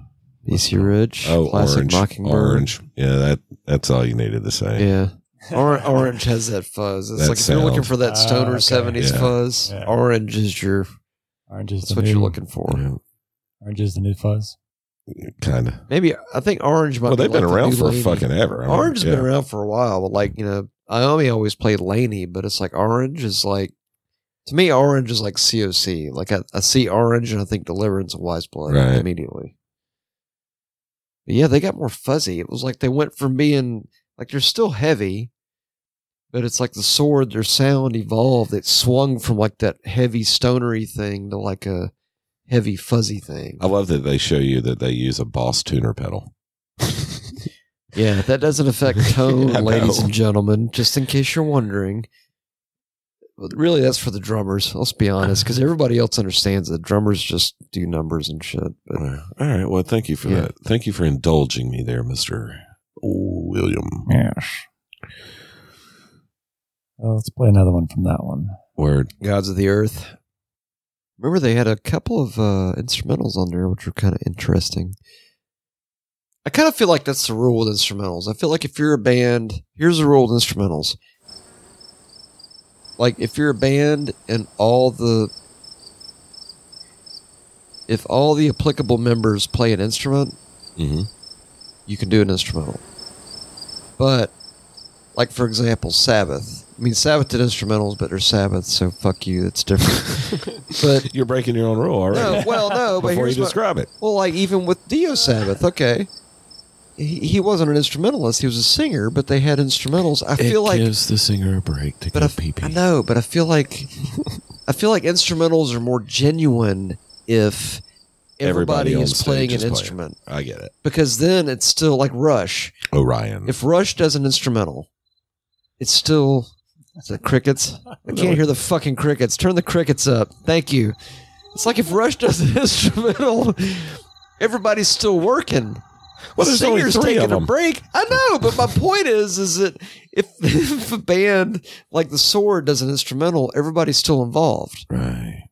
[SPEAKER 2] BC Ridge.
[SPEAKER 4] oh
[SPEAKER 2] classic
[SPEAKER 4] orange,
[SPEAKER 2] Mockingbird.
[SPEAKER 4] orange. Yeah, that that's all you needed to say.
[SPEAKER 2] (laughs) Yeah. (laughs) Or- orange has that fuzz. It's
[SPEAKER 4] That
[SPEAKER 2] like if you're looking
[SPEAKER 4] sound.
[SPEAKER 2] for that stoner
[SPEAKER 3] Ah, okay.
[SPEAKER 2] 70s
[SPEAKER 4] Yeah.
[SPEAKER 2] fuzz,
[SPEAKER 3] Yeah.
[SPEAKER 2] orange is your.
[SPEAKER 3] (laughs) Orange is
[SPEAKER 2] That's
[SPEAKER 3] the
[SPEAKER 2] what
[SPEAKER 3] new,
[SPEAKER 2] you're looking for.
[SPEAKER 3] Orange is the new fuzz.
[SPEAKER 4] kind of.
[SPEAKER 2] Maybe I think orange might.
[SPEAKER 4] Well,
[SPEAKER 2] be
[SPEAKER 4] they've been
[SPEAKER 2] like the
[SPEAKER 4] around
[SPEAKER 2] new
[SPEAKER 4] for
[SPEAKER 2] lady.
[SPEAKER 4] fucking ever. I mean,
[SPEAKER 2] Orange has
[SPEAKER 4] yeah.
[SPEAKER 2] been around for a while, but like, you know, Iomi always played Laney, but it's like Orange is like to me, Orange is like COC. Like I, I see Orange and I think Deliverance and Wise Blood
[SPEAKER 4] Right.
[SPEAKER 2] immediately. But yeah, they got more fuzzy. It was like they went from being like they're still heavy, but it's like the sword, their sound evolved. It swung from like that heavy stonery thing to like a heavy fuzzy thing.
[SPEAKER 4] I love that they show you that they use a Boss tuner pedal. (laughs)
[SPEAKER 2] Yeah, that doesn't affect tone,
[SPEAKER 4] Yeah,
[SPEAKER 2] ladies
[SPEAKER 4] no.
[SPEAKER 2] and gentlemen. Just in case you're wondering, But really, that's for the drummers. Let's be honest, because everybody else understands that drummers just do numbers and shit. But
[SPEAKER 4] All right. Well, thank you for
[SPEAKER 2] Yeah.
[SPEAKER 4] that. Thank you for indulging me there, Mister William.
[SPEAKER 3] Yes. Oh, let's play another one from that one.
[SPEAKER 4] Word.
[SPEAKER 2] gods of the earth. Remember, they had a couple of uh, instrumentals on there, which were kind of interesting. I kind of feel like that's the rule with instrumentals. I feel like if you're a band, here's the rule with instrumentals. Like if you're a band and all the if all the applicable members play an instrument,
[SPEAKER 4] hmm
[SPEAKER 2] you can do an instrumental. But, like for example, Sabbath. I mean, Sabbath did instrumentals, but they're Sabbath, so fuck you. That's
[SPEAKER 4] (laughs)
[SPEAKER 2] different. but
[SPEAKER 4] You're breaking your own rule already.
[SPEAKER 2] no,
[SPEAKER 4] (laughs)
[SPEAKER 2] well, no. But
[SPEAKER 4] Before you
[SPEAKER 2] here's what,
[SPEAKER 4] describe it,
[SPEAKER 2] well, like even with Dio Sabbath, okay. He, he wasn't an instrumentalist; he was a singer. But they had instrumentals. I feel like
[SPEAKER 4] gives the singer a break to
[SPEAKER 2] but I, f- I know, but I feel like I feel like instrumentals are more genuine if
[SPEAKER 4] Everybody
[SPEAKER 2] everybody,
[SPEAKER 4] on
[SPEAKER 2] is
[SPEAKER 4] stage
[SPEAKER 2] playing
[SPEAKER 4] is
[SPEAKER 2] an
[SPEAKER 4] playing.
[SPEAKER 2] instrument.
[SPEAKER 4] I get it.
[SPEAKER 2] Because then it's still like Rush.
[SPEAKER 4] Orion.
[SPEAKER 2] If Rush does an instrumental, it's still is it crickets. I can't hear the fucking crickets. Turn the crickets up. Thank you. It's like if Rush does an (laughs) instrumental, everybody's still working.
[SPEAKER 4] Well,
[SPEAKER 2] The
[SPEAKER 4] there's only
[SPEAKER 2] singer's
[SPEAKER 4] three of
[SPEAKER 2] taking a
[SPEAKER 4] them.
[SPEAKER 2] break. I know, but my point is, is that if, (laughs) if a band like the Sword does an instrumental, everybody's still involved.
[SPEAKER 4] right.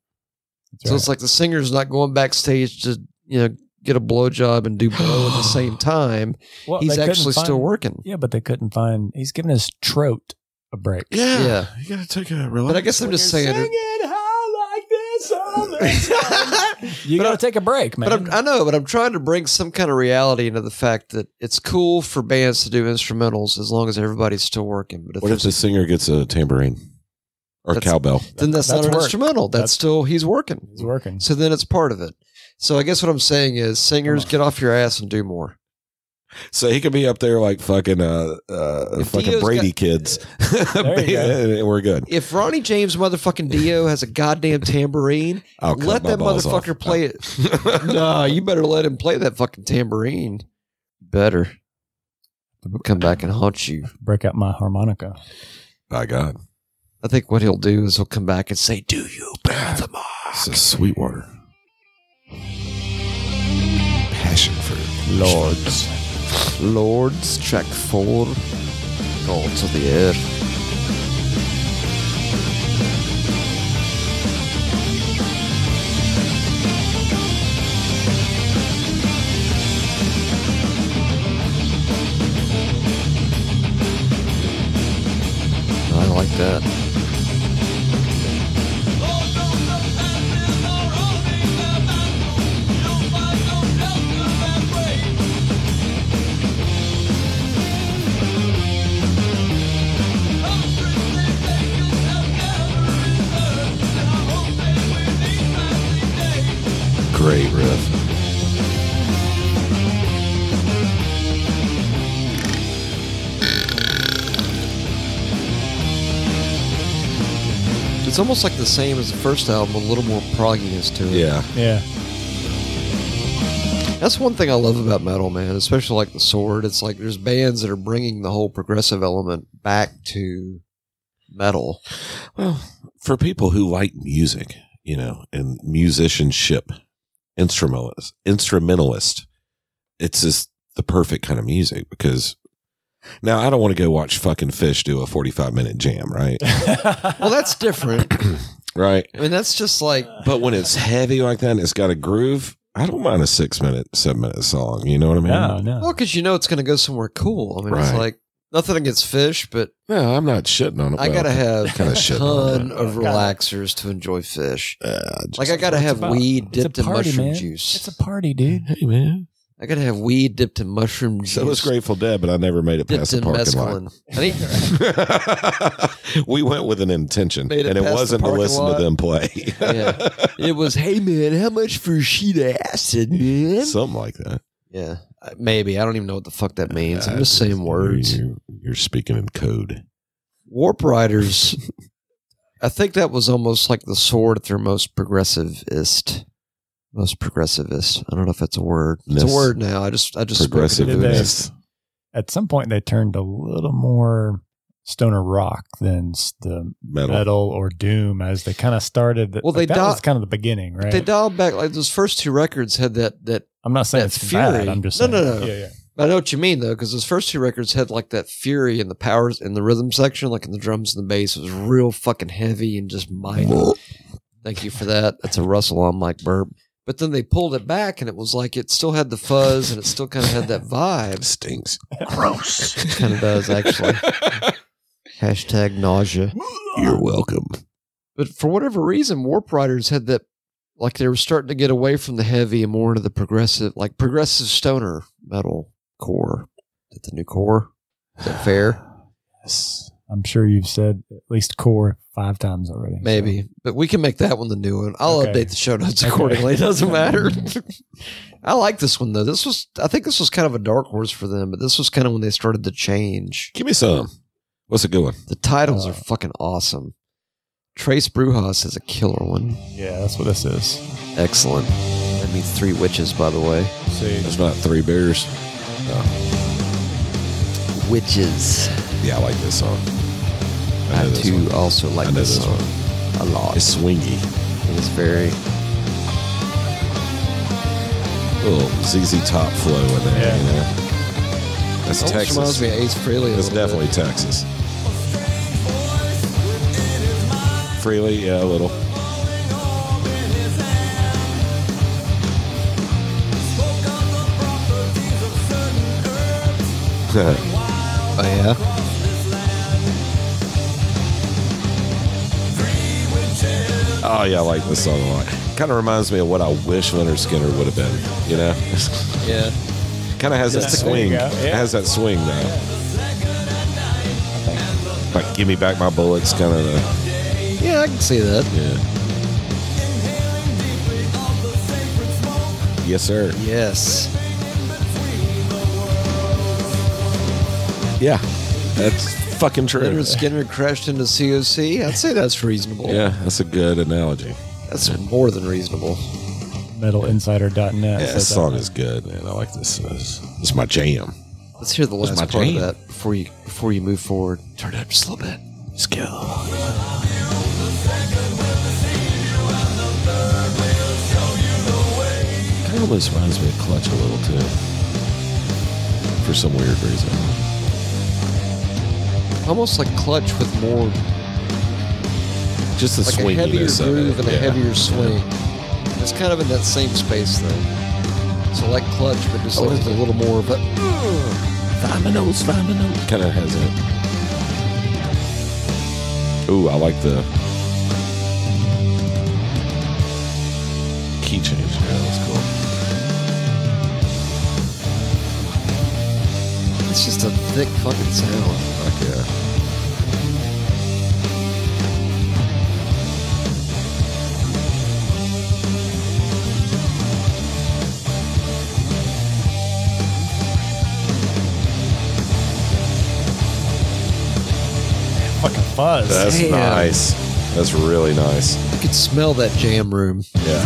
[SPEAKER 3] That's
[SPEAKER 2] So
[SPEAKER 3] right.
[SPEAKER 2] it's like the singer's not going backstage to you know get a blowjob and do blow at
[SPEAKER 4] (sighs)
[SPEAKER 2] the same time.
[SPEAKER 3] Well,
[SPEAKER 2] He's
[SPEAKER 3] they couldn't
[SPEAKER 2] actually still
[SPEAKER 3] find-
[SPEAKER 2] working.
[SPEAKER 3] Yeah, but they couldn't find. He's giving his throat a break.
[SPEAKER 4] Yeah.
[SPEAKER 2] Yeah.
[SPEAKER 4] You gotta take a relax.
[SPEAKER 2] But I guess I'm just saying. it-
[SPEAKER 3] You
[SPEAKER 2] (laughs) But
[SPEAKER 3] gotta
[SPEAKER 2] I-
[SPEAKER 3] take a break, man.
[SPEAKER 2] But I'm, I know, but I'm trying to bring some kind of reality into the fact that it's cool for bands to do instrumentals as long as everybody's still working. But if,
[SPEAKER 4] What if the singer gets a tambourine or
[SPEAKER 2] That's-
[SPEAKER 4] cowbell?
[SPEAKER 2] then that's,
[SPEAKER 3] That's
[SPEAKER 2] not an
[SPEAKER 3] work.
[SPEAKER 2] instrumental. That's,
[SPEAKER 3] That's-
[SPEAKER 2] still he's working.
[SPEAKER 3] He's working.
[SPEAKER 2] So then it's part of it. So I guess what I'm saying is, singers
[SPEAKER 3] Come on.
[SPEAKER 2] get off your ass and do more.
[SPEAKER 4] So he could be up there like fucking uh, uh
[SPEAKER 2] If
[SPEAKER 4] fucking
[SPEAKER 2] Dio's
[SPEAKER 4] Brady
[SPEAKER 2] got- (laughs)
[SPEAKER 4] kids.
[SPEAKER 3] (laughs) There you go.
[SPEAKER 4] And (laughs) We're good.
[SPEAKER 2] If Ronnie James motherfucking Dio has a goddamn tambourine,
[SPEAKER 4] I'll cut
[SPEAKER 2] let
[SPEAKER 4] my
[SPEAKER 2] that
[SPEAKER 4] balls off.
[SPEAKER 2] motherfucker play it.
[SPEAKER 4] (laughs)
[SPEAKER 2] nah, you better let him play that fucking tambourine. Better. We'll come back and haunt you.
[SPEAKER 3] break out my harmonica.
[SPEAKER 4] By Oh, God,
[SPEAKER 2] I think what he'll do is he'll come back and say, "Do you bear the mark?"
[SPEAKER 4] this is Sweetwater. Passion for lords.
[SPEAKER 2] Lords, track four, Gods of the Earth. I like that.
[SPEAKER 5] Oh, don't the passes are rolling about
[SPEAKER 4] great riff.
[SPEAKER 2] It's almost like the same as the first album, a little more progginess to it.
[SPEAKER 4] Yeah.
[SPEAKER 3] (laughs) Yeah.
[SPEAKER 2] That's one thing I love about metal, man, especially like The Sword. It's like there's bands that are bringing the whole progressive element back to metal.
[SPEAKER 4] Well, for people who like music, you know, and musicianship, instrumentalist, instrumentalist, it's just the perfect kind of music because now I don't want to go watch fucking Fish do a 45 minute jam, right?
[SPEAKER 2] Well, that's different.
[SPEAKER 4] right.
[SPEAKER 2] I mean, that's just like,
[SPEAKER 4] (laughs) But when it's heavy like that and it's got a groove, I don't mind a six minute, seven minute song. You know what I mean?
[SPEAKER 3] no,
[SPEAKER 2] well,
[SPEAKER 3] no.
[SPEAKER 2] because you know it's going to go somewhere cool. I mean, it's
[SPEAKER 4] Right.
[SPEAKER 2] like nothing against fish, but
[SPEAKER 4] No, I'm not shitting on it.
[SPEAKER 2] I
[SPEAKER 4] Well,
[SPEAKER 2] got to have
[SPEAKER 4] kinda
[SPEAKER 2] a
[SPEAKER 4] shit on
[SPEAKER 2] ton of
[SPEAKER 3] Gotta-
[SPEAKER 2] relaxers to enjoy fish.
[SPEAKER 4] uh, just-
[SPEAKER 2] Like, I got to have
[SPEAKER 3] about-
[SPEAKER 2] weed
[SPEAKER 3] it's a
[SPEAKER 2] dipped in
[SPEAKER 3] party,
[SPEAKER 2] mushroom
[SPEAKER 3] man. It's
[SPEAKER 2] juice.
[SPEAKER 3] a party, dude.
[SPEAKER 4] hey man,
[SPEAKER 2] I got to have weed dipped in mushroom juice.
[SPEAKER 4] so was Grateful Dead, but I never made it
[SPEAKER 2] Dipped
[SPEAKER 4] past the
[SPEAKER 2] in
[SPEAKER 4] parking lot.
[SPEAKER 2] mescaline. I need,
[SPEAKER 3] (laughs)
[SPEAKER 4] (laughs) we went with an intention,
[SPEAKER 2] Made it
[SPEAKER 4] and it
[SPEAKER 2] past the
[SPEAKER 4] wasn't to
[SPEAKER 2] parking
[SPEAKER 4] listen
[SPEAKER 2] lot.
[SPEAKER 4] to them play.
[SPEAKER 2] Yeah. it was, hey man, how much for sheet acid, man?
[SPEAKER 4] (laughs) Something like that.
[SPEAKER 2] yeah, I- maybe I don't even know what the fuck that means. I'm
[SPEAKER 4] Uh,
[SPEAKER 2] just saying words.
[SPEAKER 4] You're, you're speaking in code.
[SPEAKER 2] Warp Riders. I think that was almost like the sword at their most progressivist. Most progressivist. I don't know if that's a word. It's a
[SPEAKER 4] Miss.
[SPEAKER 2] word now. I just I just spoke it
[SPEAKER 4] Progressive
[SPEAKER 2] into
[SPEAKER 3] Did they-
[SPEAKER 2] existence.
[SPEAKER 4] mist.
[SPEAKER 3] At some point, they turned a little more stoner rock than s- the
[SPEAKER 4] metal.
[SPEAKER 3] metal or doom as they kind of started. The,
[SPEAKER 2] Well,
[SPEAKER 3] like,
[SPEAKER 2] they
[SPEAKER 3] that
[SPEAKER 2] di-
[SPEAKER 3] was kind of the beginning, right?
[SPEAKER 2] They dialed back like those first two records had that that
[SPEAKER 3] I'm not saying
[SPEAKER 2] that
[SPEAKER 3] it's
[SPEAKER 2] fury.
[SPEAKER 3] bad. I'm just
[SPEAKER 2] No,
[SPEAKER 3] saying,
[SPEAKER 2] no, no.
[SPEAKER 3] Yeah, yeah.
[SPEAKER 2] I know what you mean though, because those first two records had like that fury in the powers in the rhythm section, like in the drums and the bass. It was real fucking heavy and just mighty. Thank you for that. That's a Russell on Mike Burb. But then they pulled it back, and it was like it still had the fuzz, and it still kind of had that
[SPEAKER 4] It
[SPEAKER 2] vibe.
[SPEAKER 4] stinks.
[SPEAKER 1] Gross.
[SPEAKER 2] Kind of does actually. Hashtag nausea.
[SPEAKER 4] You're welcome.
[SPEAKER 2] But for whatever reason, Warp Riders had that, like they were starting to get away from the heavy and more into the progressive, like progressive stoner metal core. Is that the new core? Is that fair?
[SPEAKER 3] Yes. I'm sure you've said at least core five times already. so.
[SPEAKER 2] Maybe, but we can make that one the new one. I'll
[SPEAKER 3] Okay.
[SPEAKER 2] update the show notes
[SPEAKER 3] Okay.
[SPEAKER 2] accordingly. It (laughs) doesn't matter. I like this one though. This was, I think, this was kind of a dark horse for them, but this was kind of when they started to change.
[SPEAKER 4] Give me some. What's a good one?
[SPEAKER 2] The titles
[SPEAKER 3] Uh.
[SPEAKER 2] are fucking awesome. Trace Brujas is a killer one.
[SPEAKER 3] Yeah, that's what this is.
[SPEAKER 2] Excellent. That means three witches, by the way.
[SPEAKER 3] See,
[SPEAKER 4] It's not three beers.
[SPEAKER 2] Witches.
[SPEAKER 4] Yeah, I like this song.
[SPEAKER 2] I,
[SPEAKER 4] know this
[SPEAKER 2] too
[SPEAKER 4] one.
[SPEAKER 2] also like
[SPEAKER 4] I know
[SPEAKER 2] this
[SPEAKER 4] this
[SPEAKER 2] song a lot.
[SPEAKER 4] It's swingy.
[SPEAKER 2] It is very.
[SPEAKER 4] little ZZ Top flow in there.
[SPEAKER 3] Yeah.
[SPEAKER 4] You know? That's
[SPEAKER 2] Almost reminds
[SPEAKER 4] Texas.
[SPEAKER 2] me of Ace Frehley. a
[SPEAKER 4] It's
[SPEAKER 2] little bit.
[SPEAKER 4] definitely Texas. Freely, yeah, a little. (laughs)
[SPEAKER 2] Oh yeah.
[SPEAKER 4] oh yeah, I like this song a lot. Kind of reminds me of what I wish Leonard Skinner would have been. You know, (laughs)
[SPEAKER 2] Yeah.
[SPEAKER 4] kind of has that
[SPEAKER 3] Yeah, there you
[SPEAKER 4] swing.
[SPEAKER 3] go, yeah.
[SPEAKER 4] It has that swing though. Like, give me back my bullets, kind of. The,
[SPEAKER 2] Yeah, I can see that.
[SPEAKER 4] yeah. Yes, sir.
[SPEAKER 2] Yes.
[SPEAKER 4] Yeah, that's fucking true.
[SPEAKER 2] Leonard Skinner crashed into COC. I'd say that's reasonable.
[SPEAKER 4] Yeah, that's a good analogy.
[SPEAKER 2] That's more than reasonable.
[SPEAKER 3] metalinsider.net.
[SPEAKER 4] Yeah,
[SPEAKER 3] said
[SPEAKER 4] this
[SPEAKER 3] that.
[SPEAKER 4] song is good, man. I like this. It's, it's my jam.
[SPEAKER 2] Let's hear the last
[SPEAKER 4] my
[SPEAKER 2] part
[SPEAKER 4] jam.
[SPEAKER 2] of that before you before you move forward. Turn it up just a little bit.
[SPEAKER 4] Let's go. Kind of almost reminds me of Clutch a little too, for some weird reason.
[SPEAKER 2] Almost like clutch with more
[SPEAKER 4] Just the
[SPEAKER 2] like a
[SPEAKER 4] swinginess
[SPEAKER 2] heavier
[SPEAKER 4] of it,
[SPEAKER 2] groove and a
[SPEAKER 4] uh, yeah.
[SPEAKER 2] heavier swing. It's kind of in that same space though. So like clutch, but just like with a little more of a
[SPEAKER 4] Dominoes, dominoes. Kind of has it. Ooh, I like the key change. Yeah, that's cool.
[SPEAKER 2] it's just a thick fucking sound.
[SPEAKER 4] Fuck yeah.
[SPEAKER 3] fuzz.
[SPEAKER 4] That's
[SPEAKER 2] Damn.
[SPEAKER 4] nice. That's really nice.
[SPEAKER 2] You could smell that jam room.
[SPEAKER 4] Yeah.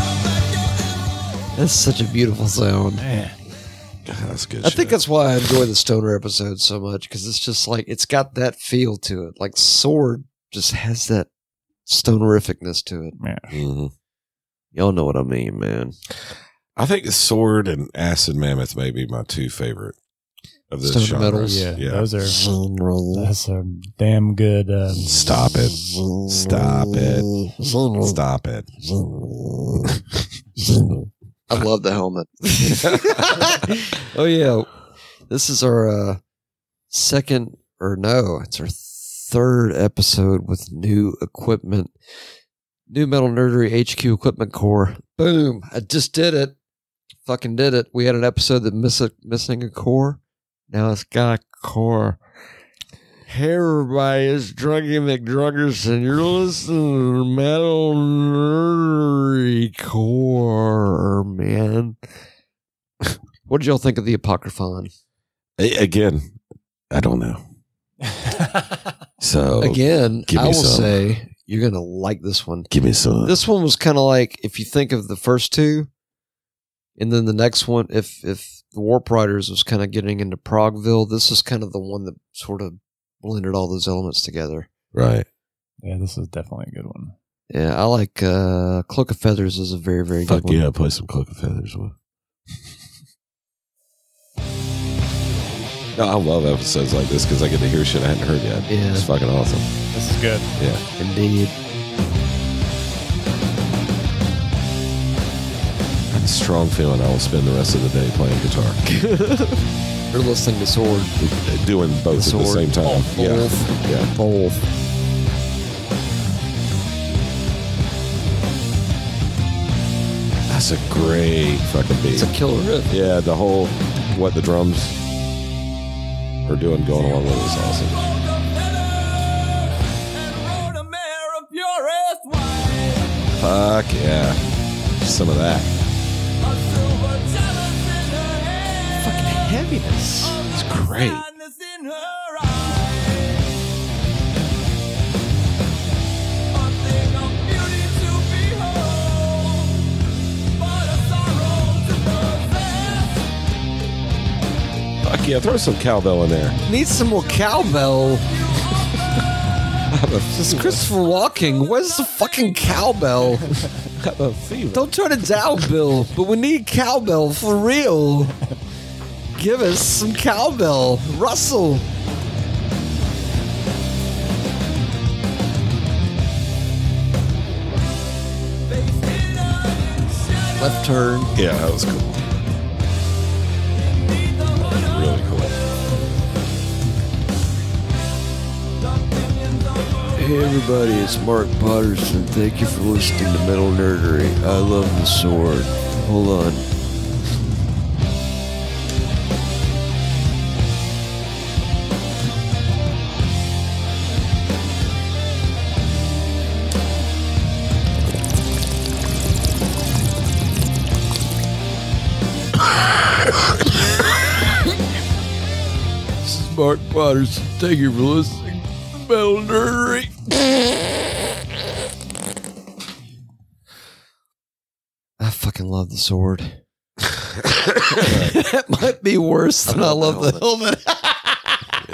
[SPEAKER 2] That's such a beautiful sound.
[SPEAKER 3] Man.
[SPEAKER 4] God, that's good.
[SPEAKER 2] I
[SPEAKER 4] shit.
[SPEAKER 2] think that's why I enjoy the Stoner episode so much because it's just like it's got that feel to it. Like Sword just has that stonerificness to it.
[SPEAKER 4] Mhm.
[SPEAKER 2] Y'all know what I mean, man.
[SPEAKER 4] I think the sword and acid mammoth may be my two favorite of this
[SPEAKER 2] Stone
[SPEAKER 4] genre.
[SPEAKER 2] Metals.
[SPEAKER 3] Yeah,
[SPEAKER 4] Yeah.
[SPEAKER 3] those are
[SPEAKER 2] Stop
[SPEAKER 3] that's a damn good. Um,
[SPEAKER 4] Stop it. Stop it. Stop it.
[SPEAKER 2] I love the helmet. oh yeah, this is our uh, second or no, it's our third episode with new equipment, new metal nerdery HQ equipment core. Boom! I just did it. Fucking did it. We had an episode that miss a, missing a core. Now it's got a core. Hey everybody, it's Drunky McDrunkerson. and you're listening to Metal Nerdy Core, man. What did y'all think of the Apocryphon?
[SPEAKER 4] A- again, I
[SPEAKER 2] (laughs)
[SPEAKER 4] don't know. So
[SPEAKER 2] Again,
[SPEAKER 4] Oh, give me
[SPEAKER 2] I will
[SPEAKER 4] some.
[SPEAKER 2] say you're gonna like this one.
[SPEAKER 4] give me some.
[SPEAKER 2] This one was kind of like if you think of the first two, and then the next one, if if the Warp Riders was kind of getting into Progville, this is kind of the one that sort of blended all those elements together.
[SPEAKER 4] right.
[SPEAKER 3] yeah, this is definitely a good one.
[SPEAKER 2] Yeah, I like uh Cloak of Feathers is a very very
[SPEAKER 4] Fuck
[SPEAKER 2] good one.
[SPEAKER 4] yeah, play some Cloak of Feathers with. no, I love episodes like this because I get to hear shit I hadn't heard yet.
[SPEAKER 2] Yeah.
[SPEAKER 4] It's fucking awesome.
[SPEAKER 3] This is good.
[SPEAKER 2] Indeed.
[SPEAKER 4] Strong feeling I will spend the rest of the day playing guitar. (laughs)
[SPEAKER 2] You're listening to Sword.
[SPEAKER 4] Doing both at the
[SPEAKER 2] Sword.
[SPEAKER 4] same time.
[SPEAKER 2] Both.
[SPEAKER 4] Yeah. Yeah.
[SPEAKER 2] Both.
[SPEAKER 4] That's a great fucking beat.
[SPEAKER 2] It's a killer riff.
[SPEAKER 4] yeah, the whole what the drums are doing going along with it is awesome. Fuck yeah. Some of that.
[SPEAKER 2] Fucking heaviness.
[SPEAKER 4] It's great. Fuck yeah, throw some cowbell in there.
[SPEAKER 2] Need some more (laughs) cowbell. This is Christopher Walking. Where's the fucking cowbell? Don't turn it down, Bill. But we need cowbell for real. Give us some cowbell, Russell. Left turn.
[SPEAKER 4] Yeah, that was cool. Really cool.
[SPEAKER 2] Hey everybody, it's Mark Potterson. Thank you for listening to Metal Nerdery. I love the sword. Hold on. This is Mark Potterson. Thank you for listening to Metal Nerdery. I fucking love the (laughs) sword. that might be worse than I love the helmet.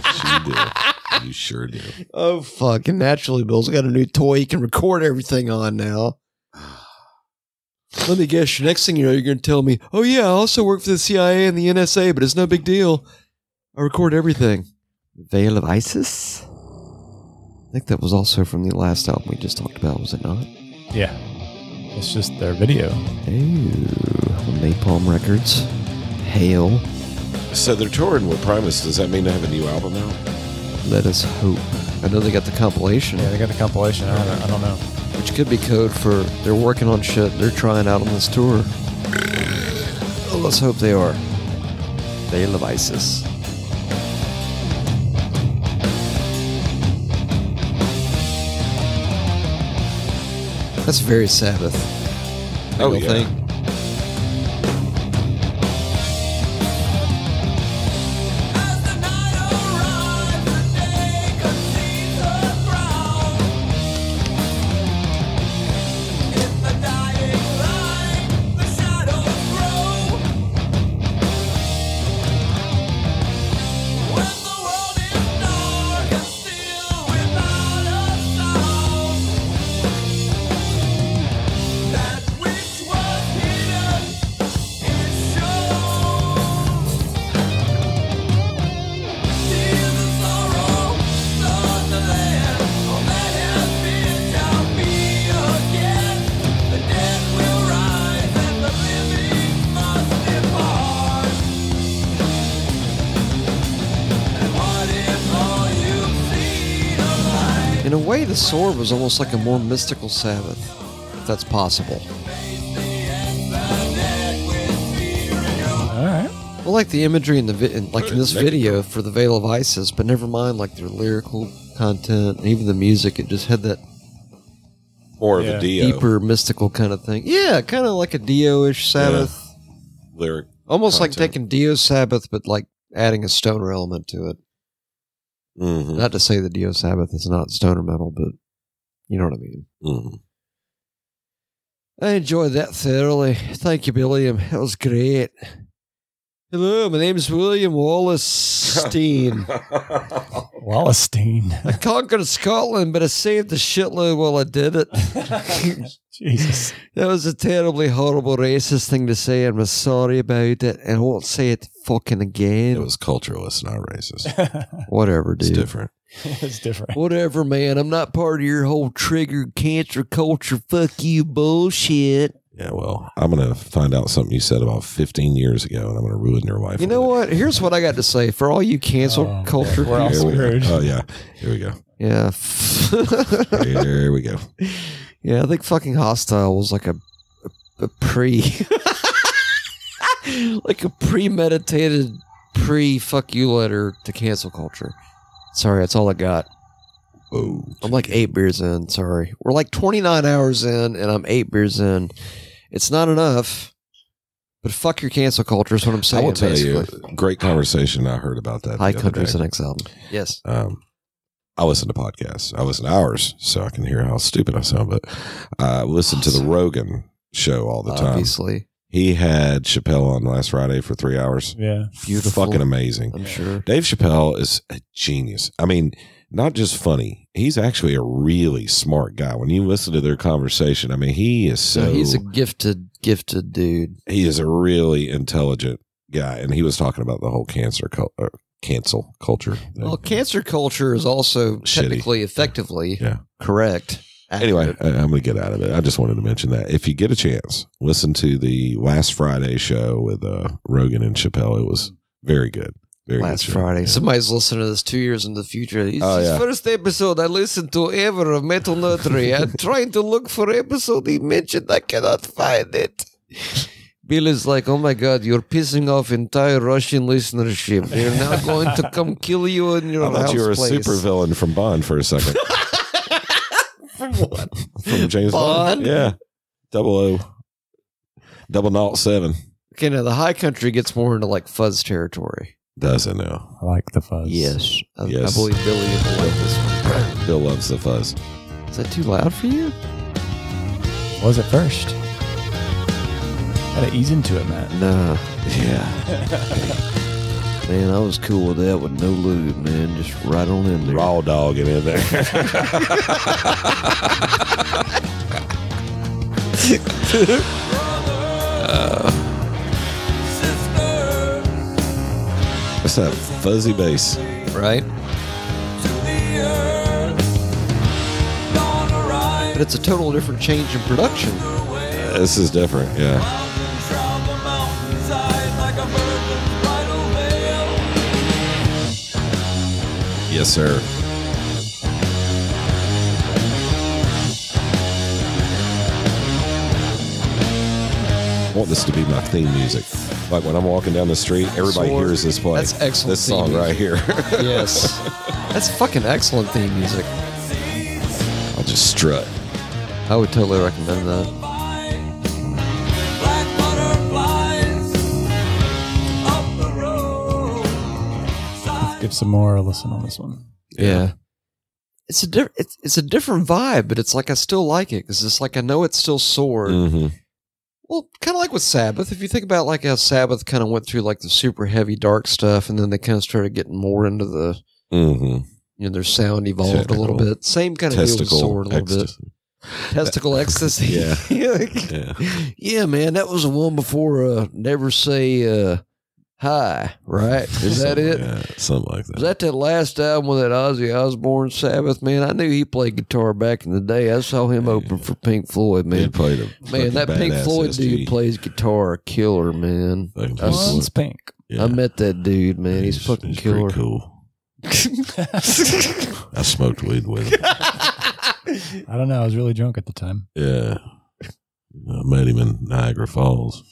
[SPEAKER 4] Yes, you do. You sure do.
[SPEAKER 2] oh fucking naturally, Bill's got a new toy he can record everything on now. Let me guess. Your next thing you know, you're going to tell me, "Oh yeah, I also work for the CIA and the NSA, but it's no big deal. I record everything." Veil of Isis. I think that was also from the last album we just talked about, was it not?
[SPEAKER 3] Yeah, it's just their video.
[SPEAKER 2] Ooh, Napalm Records. Hail.
[SPEAKER 4] So they're touring with Primus. Does that mean they have a new album now?
[SPEAKER 2] Let us hope. I know they got the compilation,
[SPEAKER 3] Yeah, they got a compilation. I don't, I don't know.
[SPEAKER 2] which could be code for they're working on shit they're trying out on this tour. Well, let's hope they are. Veil of Isis. That's very Sabbath.
[SPEAKER 4] Oh,
[SPEAKER 2] don't
[SPEAKER 4] yeah.
[SPEAKER 5] As the night arrives, the day conceals her brow.
[SPEAKER 2] In a way, the sword was almost like a more mystical Sabbath, if that's possible.
[SPEAKER 3] All right.
[SPEAKER 2] Well, like the imagery in the vi- in, like in this
[SPEAKER 4] Make it
[SPEAKER 2] video for the Veil of Isis, but never mind like their lyrical content and even the music. It just had that
[SPEAKER 4] More
[SPEAKER 3] Yeah.
[SPEAKER 4] of a Dio
[SPEAKER 2] deeper mystical kind of thing. Yeah, kind of like a Dio-ish Sabbath,
[SPEAKER 4] lyric.
[SPEAKER 2] almost like
[SPEAKER 4] Content.
[SPEAKER 2] taking Dio Sabbath, but like adding a stoner element to it.
[SPEAKER 4] Mm-hmm.
[SPEAKER 2] Not to say that Dio Sabbath is not stoner metal, but you know what I mean.
[SPEAKER 4] Mm-hmm.
[SPEAKER 2] I enjoyed that thoroughly. Thank you, William. That was great. Hello, my name's William Wallace
[SPEAKER 4] (laughs)
[SPEAKER 2] Steen.
[SPEAKER 4] Mm-hmm.
[SPEAKER 3] Wallenstein. (laughs)
[SPEAKER 2] I conquered Scotland, but I saved a shitload while I did
[SPEAKER 3] (laughs)
[SPEAKER 2] it.
[SPEAKER 3] Jesus.
[SPEAKER 2] That was a terribly horrible racist thing to say, and I'm sorry about it. And I won't say it fucking again.
[SPEAKER 4] It was culturalist, not racist.
[SPEAKER 2] Whatever,
[SPEAKER 4] It's
[SPEAKER 2] dude.
[SPEAKER 4] different.
[SPEAKER 3] it's different.
[SPEAKER 2] Whatever, man. I'm not part of your whole trigger cancer culture. Fuck you, bullshit.
[SPEAKER 4] Yeah, well, I'm gonna find out something you said about 15 years ago, and I'm gonna ruin your life.
[SPEAKER 2] You know
[SPEAKER 4] with
[SPEAKER 2] what? Here's what I got to say for all you cancel
[SPEAKER 3] Oh,
[SPEAKER 2] culture.
[SPEAKER 3] we're
[SPEAKER 4] it.
[SPEAKER 3] all
[SPEAKER 4] Here we
[SPEAKER 3] screwed.
[SPEAKER 4] go. Oh yeah, here we go.
[SPEAKER 2] Yeah. (laughs)
[SPEAKER 4] Here we go.
[SPEAKER 2] yeah, I think fucking hostile was like a, a, a pre, (laughs) like a premeditated pre fuck you letter to cancel culture. Sorry, that's all I got.
[SPEAKER 4] Oh,
[SPEAKER 2] I'm like eight beers in. Sorry, we're like 29 hours in, and I'm eight beers in. It's not enough, but fuck your cancel culture is what I'm
[SPEAKER 4] I
[SPEAKER 2] saying.
[SPEAKER 4] will tell
[SPEAKER 2] basically.
[SPEAKER 4] you, great conversation I heard about that.
[SPEAKER 2] High
[SPEAKER 4] the other
[SPEAKER 2] Country's
[SPEAKER 4] day.
[SPEAKER 2] the next album. Yes.
[SPEAKER 4] um, I listen to podcasts. I listen to ours, so I can hear how stupid I sound. But I listen to the
[SPEAKER 2] Awesome.
[SPEAKER 4] Rogan show all the time.
[SPEAKER 2] Obviously,
[SPEAKER 4] He had Chappelle on last Friday for three hours.
[SPEAKER 3] Yeah.
[SPEAKER 2] Beautiful.
[SPEAKER 4] fucking amazing.
[SPEAKER 2] I'm sure.
[SPEAKER 4] Dave Chappelle is a genius. I mean, not just funny. He's actually a really smart guy. When you listen to their conversation, I mean, he is so
[SPEAKER 2] No, he's a gifted, gifted dude.
[SPEAKER 4] he is a really intelligent guy. And he was talking about the whole cancer cul- or cancel culture. thing.
[SPEAKER 2] Well, cancer culture is also
[SPEAKER 4] Shitty.
[SPEAKER 2] technically, effectively
[SPEAKER 4] Yeah.
[SPEAKER 2] correct.
[SPEAKER 4] anyway, I, I'm going to get out of it. I just wanted to mention that if you get a chance, listen to the last Friday show with uh, Rogan and Chappelle. It was very good. Very
[SPEAKER 2] last
[SPEAKER 4] good show.
[SPEAKER 2] Friday,
[SPEAKER 4] Yeah.
[SPEAKER 2] somebody's listening to this two years in the future. This
[SPEAKER 4] Oh,
[SPEAKER 2] is
[SPEAKER 4] yeah.
[SPEAKER 2] first episode I listened to ever of Metal
[SPEAKER 4] (laughs)
[SPEAKER 2] Notary. I'm trying to look for episode he mentioned. I cannot find it. Bill is like, oh my god, you're pissing off entire Russian listenership. They're now going to come kill you in your
[SPEAKER 4] (laughs) I
[SPEAKER 2] house
[SPEAKER 4] thought you were a
[SPEAKER 2] place.
[SPEAKER 4] supervillain from Bond for a second.
[SPEAKER 2] (laughs)
[SPEAKER 4] From James Bond?
[SPEAKER 2] Bond?
[SPEAKER 4] Yeah. Double O. Double naught seven.
[SPEAKER 2] Okay, now the high country gets more into like fuzz territory.
[SPEAKER 4] Doesn't know.
[SPEAKER 3] I like the fuzz.
[SPEAKER 2] Yes. I, I
[SPEAKER 4] Yes.
[SPEAKER 2] believe Billy will like this one.
[SPEAKER 4] Bill loves the fuzz.
[SPEAKER 2] Is that too loud for you?
[SPEAKER 3] Was it first? Gotta ease into it, Matt.
[SPEAKER 2] Nah.
[SPEAKER 4] Yeah.
[SPEAKER 2] (laughs) Man, I was cool with that with no lube, man. Just right on in there.
[SPEAKER 4] Raw dog in there. (laughs) What's that fuzzy bass?
[SPEAKER 2] Right? But it's a total different change in production.
[SPEAKER 4] This is different. Yeah. Yes, sir. I want this to be my theme music. Like when I'm walking down the street, everybody
[SPEAKER 2] Sword.
[SPEAKER 4] hears this play.
[SPEAKER 2] That's excellent
[SPEAKER 4] This
[SPEAKER 2] theme
[SPEAKER 4] song
[SPEAKER 2] music.
[SPEAKER 4] right here. (laughs)
[SPEAKER 2] Yes. (laughs) That's fucking excellent theme music.
[SPEAKER 4] I'll just strut.
[SPEAKER 2] I would totally recommend that.
[SPEAKER 3] Give some more a listen on this one.
[SPEAKER 2] Yeah. It's a different it's, it's a different vibe, but it's like I still like it because it's like I know it's still sore.
[SPEAKER 4] Mm-hmm.
[SPEAKER 2] Well, kind of like with Sabbath. If you think about like how Sabbath kind of went through like the super heavy dark stuff, and then they kind of started getting more into the
[SPEAKER 4] Mm-hmm.
[SPEAKER 2] you know their sound evolved a little
[SPEAKER 4] Technical.
[SPEAKER 2] bit. Same kind of deal
[SPEAKER 4] Testicle.
[SPEAKER 2] with sword a little
[SPEAKER 4] ecstasy.
[SPEAKER 2] bit. Testicle ecstasy. (laughs) yeah.
[SPEAKER 4] (laughs) Yeah.
[SPEAKER 2] man, that was the one before uh, Never Say uh, Hi, right? Is that
[SPEAKER 4] Something
[SPEAKER 2] it?
[SPEAKER 4] like that. Something like that.
[SPEAKER 2] Was that that last album with that Ozzy Osbourne Sabbath, man? I knew he played guitar back in the day. I saw him open for Pink Floyd,
[SPEAKER 4] He
[SPEAKER 2] man.
[SPEAKER 4] played a fucking
[SPEAKER 2] Man, that Pink
[SPEAKER 4] badass
[SPEAKER 2] Floyd
[SPEAKER 4] SG.
[SPEAKER 2] dude plays guitar killer, man.
[SPEAKER 4] Fucking Pink
[SPEAKER 2] Us-
[SPEAKER 3] (laughs)
[SPEAKER 4] Floyd.
[SPEAKER 3] One's pink.
[SPEAKER 4] Yeah.
[SPEAKER 2] I met that dude, man. He's, fucking
[SPEAKER 4] pretty
[SPEAKER 2] killer.
[SPEAKER 4] Cool. I smoked weed with him.
[SPEAKER 3] I don't know. I was really drunk at the time.
[SPEAKER 4] Yeah. I met him in Niagara Falls.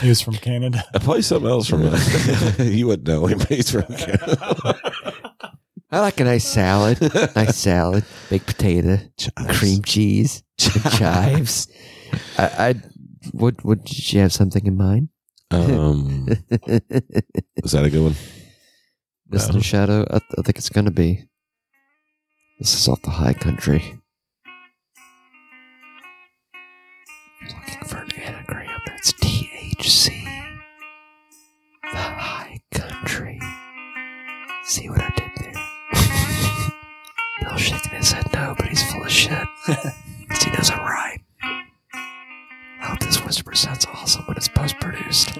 [SPEAKER 3] He was from Canada.
[SPEAKER 4] I play something else from (laughs) you wouldn't know him. He's from
[SPEAKER 2] I like a nice salad. (laughs) Nice salad, baked potato, cream cheese, (laughs) chives. I, I would. Would did you have something in mind,
[SPEAKER 4] (laughs)
[SPEAKER 2] (laughs)
[SPEAKER 4] Um, is that a good one?
[SPEAKER 2] Mister
[SPEAKER 4] No.
[SPEAKER 2] Shadow? I, I think it's gonna be. This is off the high country. Looking for an anagram. That's THC. The high country. See what I did there? (laughs) Bill's shaking his head no, but he's full of (laughs) shit. 'Cause he knows I'm right. I hope this whisper sounds awesome when it's post produced.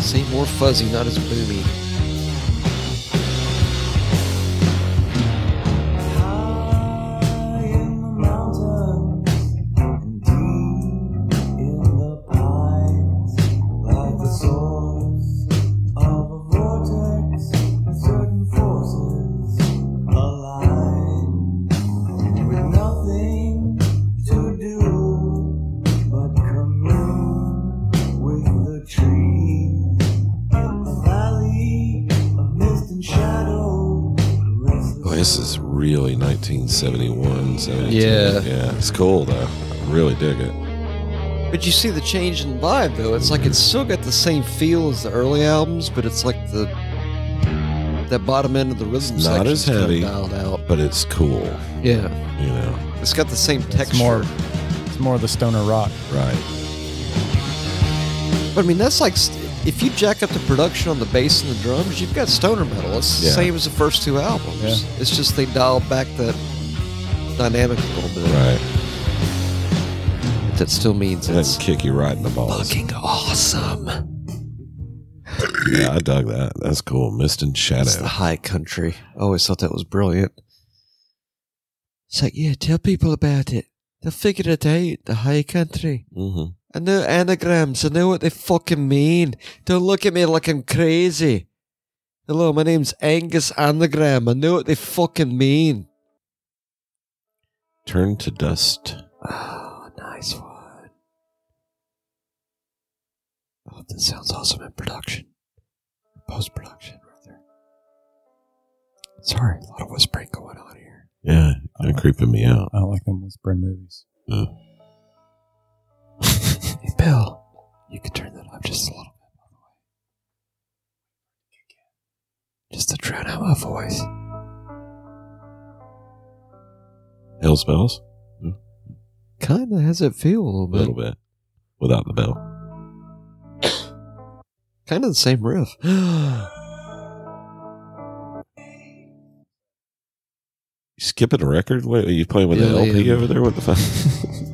[SPEAKER 2] See, more fuzzy, not as boomy.
[SPEAKER 5] High in the mountains and deep in the pines, like the source of a vortex, certain forces align with nothing to do but commune with the trees in the valley of mist and shadow.
[SPEAKER 4] Boy, Oh, this is really 1971, 72.
[SPEAKER 2] Yeah.
[SPEAKER 4] Yeah. It's cool, though. I really dig it.
[SPEAKER 2] But you see the change in vibe though. It's like it's still got the same feel as the early albums, but it's like the that bottom end of the rhythm
[SPEAKER 4] It's not
[SPEAKER 2] section's
[SPEAKER 4] as
[SPEAKER 2] kind of
[SPEAKER 4] heavy.
[SPEAKER 2] dialed out.
[SPEAKER 4] But it's cool,
[SPEAKER 2] Yeah,
[SPEAKER 4] you know?
[SPEAKER 2] it's got the same texture.
[SPEAKER 3] It's more. It's more the stoner rock.
[SPEAKER 4] Right.
[SPEAKER 2] But I mean, that's like st- if you jack up the production on the bass and the drums, you've got stoner metal. It's
[SPEAKER 4] Yeah.
[SPEAKER 2] the same as the first two albums.
[SPEAKER 3] Yeah.
[SPEAKER 2] It's just they dialed back that dynamic a little bit.
[SPEAKER 4] Right.
[SPEAKER 2] That still means
[SPEAKER 4] It
[SPEAKER 2] it's
[SPEAKER 4] doesn't kick you right in the balls.
[SPEAKER 2] fucking awesome.
[SPEAKER 4] Yeah, I dug that. That's cool. Mist and
[SPEAKER 2] It's the
[SPEAKER 4] Shadow.
[SPEAKER 2] high country. I always thought that was brilliant. It's like, yeah, tell people about it. They'll figure it out. The high country.
[SPEAKER 4] Mm-hmm.
[SPEAKER 2] I know anagrams. I know what they fucking mean. Don't look at me like I'm crazy. Hello, my name's Angus Anagram. I know what they fucking mean.
[SPEAKER 4] Turn to Dust.
[SPEAKER 2] Oh, nice one. Oh, that sounds awesome in production. Post production, rather. Sorry, a lot of whispering going on here.
[SPEAKER 4] Yeah. They're creeping me out.
[SPEAKER 3] I don't like them whispering movies.
[SPEAKER 4] Uh,
[SPEAKER 2] Hey, Bill, you could turn that up just a little bit, by the way. Just to drown out my voice.
[SPEAKER 4] Hell's Bells?
[SPEAKER 2] Kinda has it feel a little
[SPEAKER 4] A little bit. Without the bell.
[SPEAKER 2] Kinda the same riff. (gasps)
[SPEAKER 4] You skipping a record? What, are you playing with
[SPEAKER 2] Yeah,
[SPEAKER 4] the LP
[SPEAKER 2] yeah.
[SPEAKER 4] over there? What the fuck? (laughs)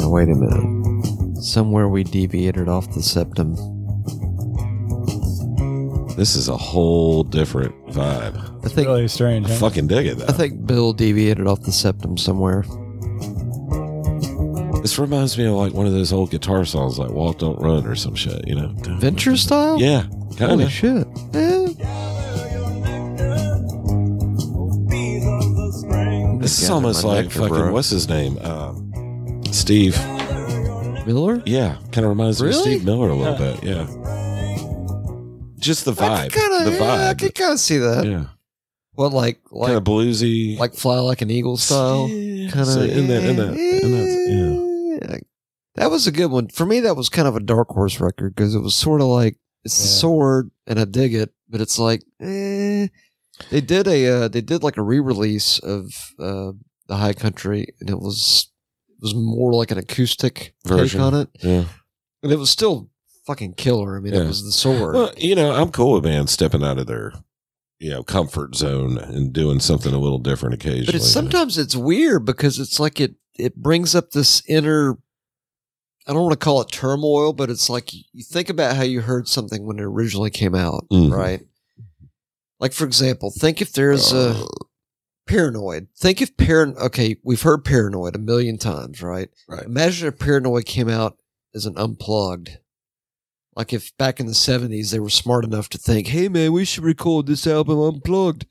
[SPEAKER 2] Now wait a minute. Somewhere we deviated off the septum.
[SPEAKER 4] this is a whole different vibe.
[SPEAKER 2] I think
[SPEAKER 3] really strange.
[SPEAKER 4] I
[SPEAKER 3] Huh?
[SPEAKER 4] fucking dig it, though.
[SPEAKER 2] I think Bill deviated off the septum somewhere.
[SPEAKER 4] This reminds me of like one of those old guitar songs, like "Walk Don't Run" or some shit. You know?
[SPEAKER 2] Venture style?
[SPEAKER 4] Yeah, kind
[SPEAKER 2] Holy
[SPEAKER 4] of.
[SPEAKER 2] shit. Eh,
[SPEAKER 4] This is
[SPEAKER 2] Gather
[SPEAKER 4] almost
[SPEAKER 2] my
[SPEAKER 4] like
[SPEAKER 2] nectar,
[SPEAKER 4] fucking
[SPEAKER 2] bro.
[SPEAKER 4] what's his name, um, Steve.
[SPEAKER 2] Miller?
[SPEAKER 4] Yeah, kind of reminds me of
[SPEAKER 2] Really?
[SPEAKER 4] Steve Miller a little bit. Yeah. Just the
[SPEAKER 2] I
[SPEAKER 4] vibe.
[SPEAKER 2] can kinda,
[SPEAKER 4] the
[SPEAKER 2] yeah, I
[SPEAKER 4] vibe.
[SPEAKER 2] can kinda see that.
[SPEAKER 4] yeah.
[SPEAKER 2] What like like
[SPEAKER 4] kind of bluesy.
[SPEAKER 2] like fly like an eagle style
[SPEAKER 4] Yeah.
[SPEAKER 2] kind of
[SPEAKER 4] So in that, in that, in that,
[SPEAKER 2] that was a good one for me that was kind of a dark horse record because it was sort of like it's the
[SPEAKER 3] Yeah.
[SPEAKER 2] sword and i dig it but it's like eh. they did a uh, they did like a re-release of uh, the high country and it was it was more like an acoustic
[SPEAKER 4] Version.
[SPEAKER 2] take on it
[SPEAKER 4] yeah. yeah.
[SPEAKER 2] and it was still fucking killer i mean it
[SPEAKER 4] Yeah.
[SPEAKER 2] was the sword
[SPEAKER 4] Well, you know, I'm cool with bands stepping out of their, you know, comfort zone and doing something a little different occasionally.
[SPEAKER 2] But it's sometimes it's weird because it's like it it brings up this inner I don't want to call it turmoil, but it's like you think about how you heard something when it originally came out,
[SPEAKER 4] Mhm.
[SPEAKER 2] right? Like for example, think if there's a paranoid. Think if paran okay, we've heard paranoid a million times, right?
[SPEAKER 4] Right.
[SPEAKER 2] Imagine if paranoid came out as an unplugged. Like if back in the seventies they were smart enough to think, hey man, we should record this album unplugged.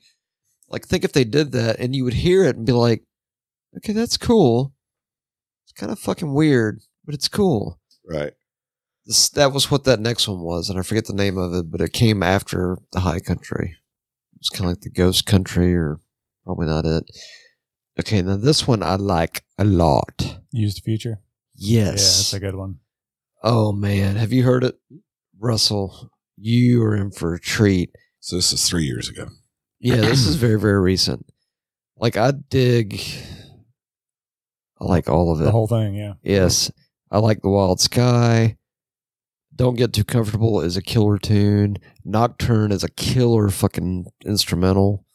[SPEAKER 2] Like think if they did that and you would hear it and be like, Okay, that's cool. It's kind of fucking weird, but it's cool.
[SPEAKER 4] Right.
[SPEAKER 2] This, that was what that next one was, and I forget the name of it, but it came after the High Country. It's kind of like the Ghost Country, or probably not it. Okay, now this one I like a lot.
[SPEAKER 3] Used future. Yeah,
[SPEAKER 2] Yes.
[SPEAKER 3] that's a good one.
[SPEAKER 2] oh man, have you heard it, Russell? You are in for a treat.
[SPEAKER 4] So this is three years ago.
[SPEAKER 2] Yeah,
[SPEAKER 3] (clears throat)
[SPEAKER 2] this is very very recent. Like I dig. I like all of it.
[SPEAKER 3] The whole thing. Yeah.
[SPEAKER 2] Yes. I like The Wild Sky. Don't Get Too Comfortable is a killer tune. Nocturne is a killer fucking instrumental.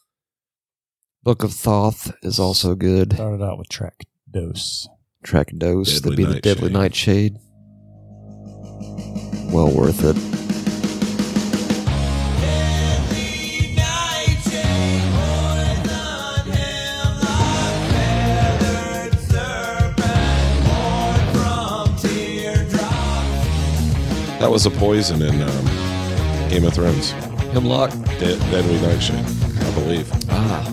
[SPEAKER 2] Book of Thoth is also good.
[SPEAKER 3] Started out with track dose.
[SPEAKER 2] Track Dose,
[SPEAKER 4] Deadly
[SPEAKER 2] that'd be the
[SPEAKER 4] Nightshade.
[SPEAKER 2] Deadly Nightshade. Well worth it.
[SPEAKER 4] That was a poison in um, Game of Thrones.
[SPEAKER 2] Hemlock.
[SPEAKER 4] Dead, Deadly Nightshade, I believe.
[SPEAKER 2] Ah.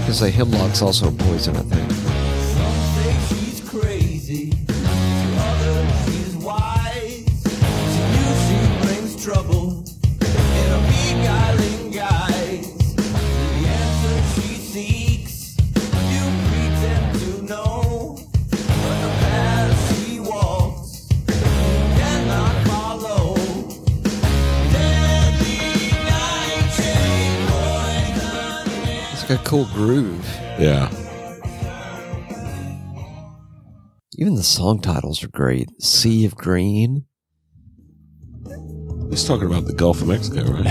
[SPEAKER 2] Because the hemlock's also a poison, I think.
[SPEAKER 5] Trouble in a beguiling guise. The answer she seeks, you pretend to know. But the path she walks, you cannot follow. Deadly nightshade, poison
[SPEAKER 2] It's got a cool groove.
[SPEAKER 4] Yeah.
[SPEAKER 2] Even the song titles are great. Sea of Green.
[SPEAKER 4] He's talking about the Gulf of Mexico, (laughs) right?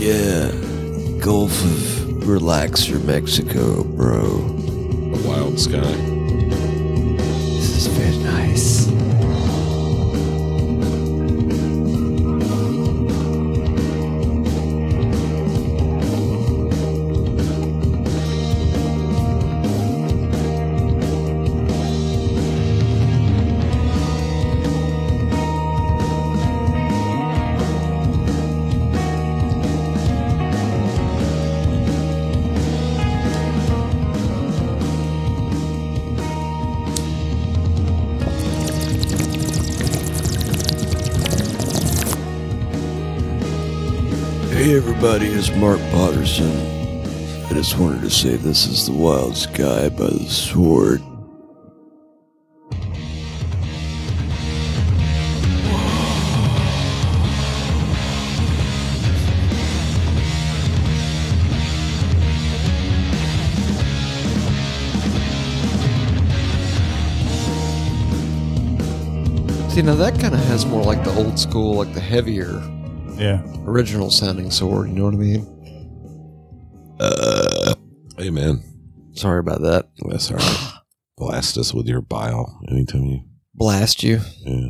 [SPEAKER 2] Yeah. Gulf of Relaxer, Mexico, bro.
[SPEAKER 4] the wild sky.
[SPEAKER 2] This is very nice. Hey everybody, it's Mark Potterson. I just wanted to say this is The Wild Sky by the Sword. See, now that kind of has more like the old school, like the heavier
[SPEAKER 3] Yeah.
[SPEAKER 2] original sounding sword. You know what I mean?
[SPEAKER 4] Amen.
[SPEAKER 2] Sorry about that.
[SPEAKER 4] That's all right. Blast us with your bile anytime you.
[SPEAKER 2] Blast you.
[SPEAKER 4] Yeah.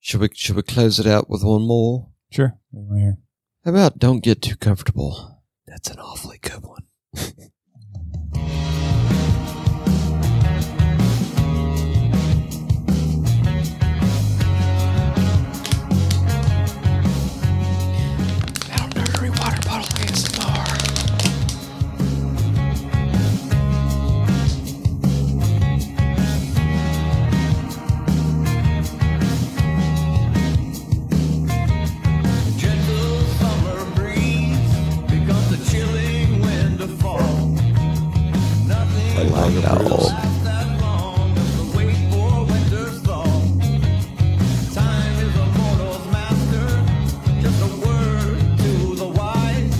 [SPEAKER 2] Should we should we close it out with one more?
[SPEAKER 3] Sure. What do you wanna hear?
[SPEAKER 2] How about don't get too comfortable? That's an awfully good one.
[SPEAKER 5] Gentle summer breeze becomes a chilling wind of fall. Nothing
[SPEAKER 4] Like Hunger Games.
[SPEAKER 5] lasts that long as the wait for winter's thaw. Time is a mortal's master, just a word to the wise.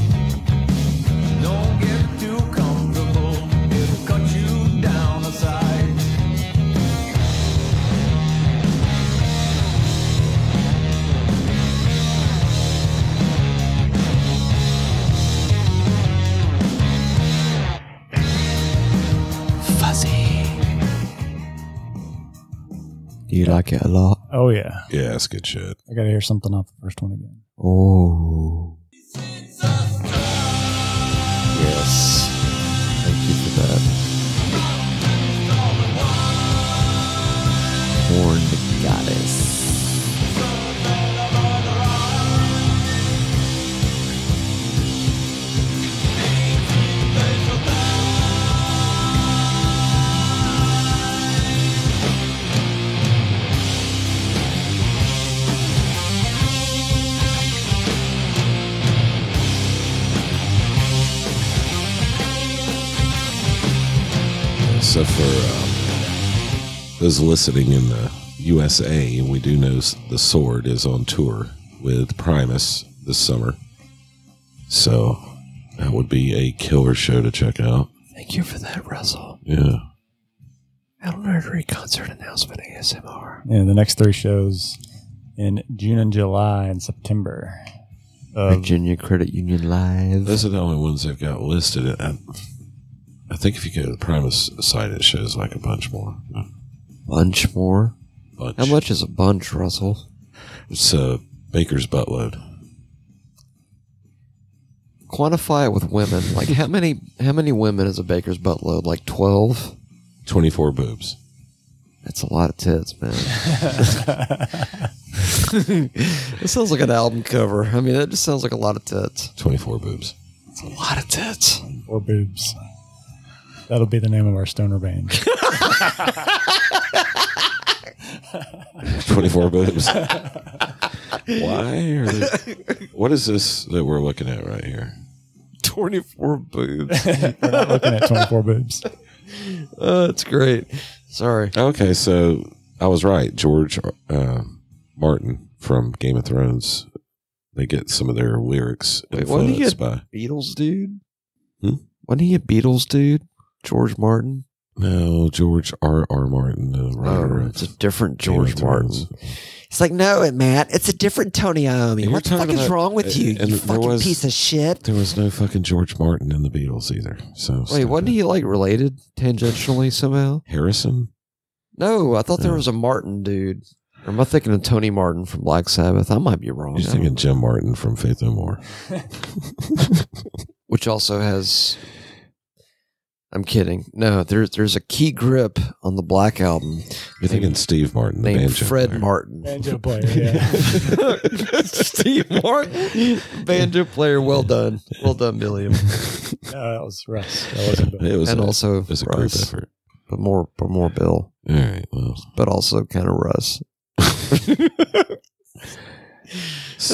[SPEAKER 5] Don't get too comfortable, it'll cut you down the sides.
[SPEAKER 6] fuzzy.
[SPEAKER 2] Do you like it a lot?
[SPEAKER 3] Oh yeah,
[SPEAKER 4] Yeah, it's good shit.
[SPEAKER 3] I gotta hear something off the first one again.
[SPEAKER 2] Oh. Yes. Thank you for that. Horned goddess.
[SPEAKER 4] So for um, those listening in the USA, we do know s- the Sword is on tour with Primus this summer. So that would be a killer show to check out.
[SPEAKER 2] Thank you for that, Russell.
[SPEAKER 4] Yeah.
[SPEAKER 2] Metal Nerdery concert announcement ASMR.
[SPEAKER 3] Yeah, the next three shows in June and July and September. Of,
[SPEAKER 2] Virginia Credit Union Live.
[SPEAKER 4] Those are the only ones they've got listed. I, I think if you go to the Primus site, it shows like a bunch more. A
[SPEAKER 2] bunch more.
[SPEAKER 4] bunch.
[SPEAKER 2] How much is a bunch, Russell?
[SPEAKER 4] It's a baker's buttload.
[SPEAKER 2] Quantify it with women. Like how many how many women is a baker's buttload? Like twelve?
[SPEAKER 4] 24 boobs.
[SPEAKER 2] That's a lot of tits, (laughs) man. it sounds like an album cover. I mean, that just sounds like a lot of tits.
[SPEAKER 4] 24 boobs. (laughs)
[SPEAKER 2] A lot of tits.
[SPEAKER 3] or boobs. That'll be the name of our stoner (laughs) band.
[SPEAKER 2] (laughs)
[SPEAKER 4] 24 boobs. Why? Are they, what is this that we're looking at right here?
[SPEAKER 2] 24 boobs.
[SPEAKER 3] We're not looking at 24 boobs.
[SPEAKER 2] oh, that's great. Sorry.
[SPEAKER 4] (laughs) Okay, so I was right. George uh, Martin from Game of Thrones. They get some of their lyrics
[SPEAKER 2] Wait, what do you
[SPEAKER 4] influenced
[SPEAKER 2] get-
[SPEAKER 4] by.
[SPEAKER 2] Beatles dude?
[SPEAKER 4] Hmm?
[SPEAKER 2] Wasn't he a Beatles dude? George Martin?
[SPEAKER 4] No, George R. R. Martin, the writer
[SPEAKER 2] Oh,
[SPEAKER 4] of
[SPEAKER 2] it's a different
[SPEAKER 4] Game
[SPEAKER 2] George
[SPEAKER 4] of
[SPEAKER 2] Martin.
[SPEAKER 4] Thrones.
[SPEAKER 2] It's like, no, it, Matt, it's a different Tony Iommi.
[SPEAKER 4] And
[SPEAKER 2] What the
[SPEAKER 4] you're
[SPEAKER 2] fuck
[SPEAKER 4] talking
[SPEAKER 2] is
[SPEAKER 4] about-
[SPEAKER 2] wrong with you,
[SPEAKER 4] and
[SPEAKER 2] you
[SPEAKER 4] there
[SPEAKER 2] fucking
[SPEAKER 4] was-
[SPEAKER 2] piece of shit?
[SPEAKER 4] There was no fucking George Martin in the Beatles either. So
[SPEAKER 2] Wait, wasn't he like related tangentially somehow?
[SPEAKER 4] Harrison?
[SPEAKER 2] No, I thought there
[SPEAKER 4] No.
[SPEAKER 2] was a Martin dude. Or am I thinking of Tony Martin from Black Sabbath? I might be wrong.
[SPEAKER 4] He's
[SPEAKER 2] I don't
[SPEAKER 4] thinking Jim Martin from Faith No More.
[SPEAKER 2] which also has I'm kidding. No, there's there's a key grip on the Black album
[SPEAKER 4] You're thinking Steve Martin, the
[SPEAKER 2] named
[SPEAKER 4] banjo
[SPEAKER 2] Fred
[SPEAKER 4] player.
[SPEAKER 2] Martin. (laughs)
[SPEAKER 3] Banjo player, yeah.
[SPEAKER 2] Steve Martin, banjo player. Well done, well done, William.
[SPEAKER 3] No, that was Russ. That wasn't Bill.
[SPEAKER 4] It was,
[SPEAKER 2] And
[SPEAKER 4] a,
[SPEAKER 2] also
[SPEAKER 4] it was a group eh?
[SPEAKER 2] Russ,
[SPEAKER 4] effort.
[SPEAKER 2] but more but more Bill,
[SPEAKER 4] All right. Well,
[SPEAKER 2] but also kind of Russ.
[SPEAKER 4] (laughs)
[SPEAKER 2] That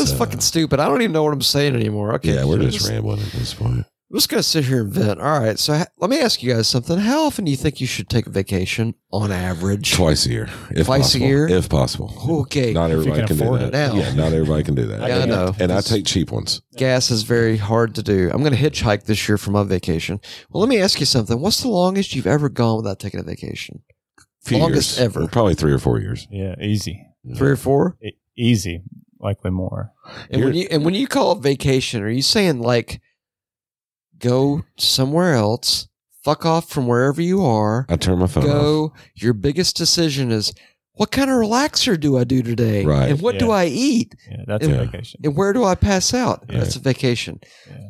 [SPEAKER 2] was
[SPEAKER 4] so-
[SPEAKER 2] fucking stupid. I don't even know what I'm saying anymore. Okay,
[SPEAKER 4] Yeah, we're just
[SPEAKER 2] Let's-
[SPEAKER 4] rambling at this point.
[SPEAKER 2] I'm just gonna sit here and vent. All right, so ha- let me ask you guys something. How often do you think you should take a vacation on average?
[SPEAKER 4] Twice a year. If
[SPEAKER 2] Twice a
[SPEAKER 4] possible,
[SPEAKER 2] year?
[SPEAKER 4] If possible.
[SPEAKER 2] Okay,
[SPEAKER 4] Not
[SPEAKER 3] you
[SPEAKER 4] everybody
[SPEAKER 3] can
[SPEAKER 4] can, do
[SPEAKER 3] afford
[SPEAKER 4] that.
[SPEAKER 3] it
[SPEAKER 2] now.
[SPEAKER 4] Yeah, not everybody can do
[SPEAKER 2] Yeah,
[SPEAKER 4] that.
[SPEAKER 2] I know.
[SPEAKER 4] And I take cheap ones.
[SPEAKER 2] gas is very hard to do. I'm going to hitchhike this year for my vacation. Well, let me ask you something. What's the longest you've ever gone without taking a vacation?
[SPEAKER 4] Few
[SPEAKER 2] Longest
[SPEAKER 4] years.
[SPEAKER 2] ever.
[SPEAKER 4] Probably three or four years.
[SPEAKER 3] Yeah, easy.
[SPEAKER 2] Three or four?
[SPEAKER 3] E- easy. Likely more.
[SPEAKER 2] And when you and when you call a vacation, are you saying like go somewhere else, fuck off from wherever you are,
[SPEAKER 4] I turn my phone off.
[SPEAKER 2] go. Your biggest decision is what kind of relaxer do I do today?
[SPEAKER 4] Right.
[SPEAKER 2] And what do
[SPEAKER 3] Yeah.
[SPEAKER 2] I eat?
[SPEAKER 3] Yeah, that's
[SPEAKER 4] Yeah.
[SPEAKER 3] a vacation.
[SPEAKER 2] and where do I pass out?
[SPEAKER 4] Yeah.
[SPEAKER 2] That's a vacation.
[SPEAKER 3] Yeah.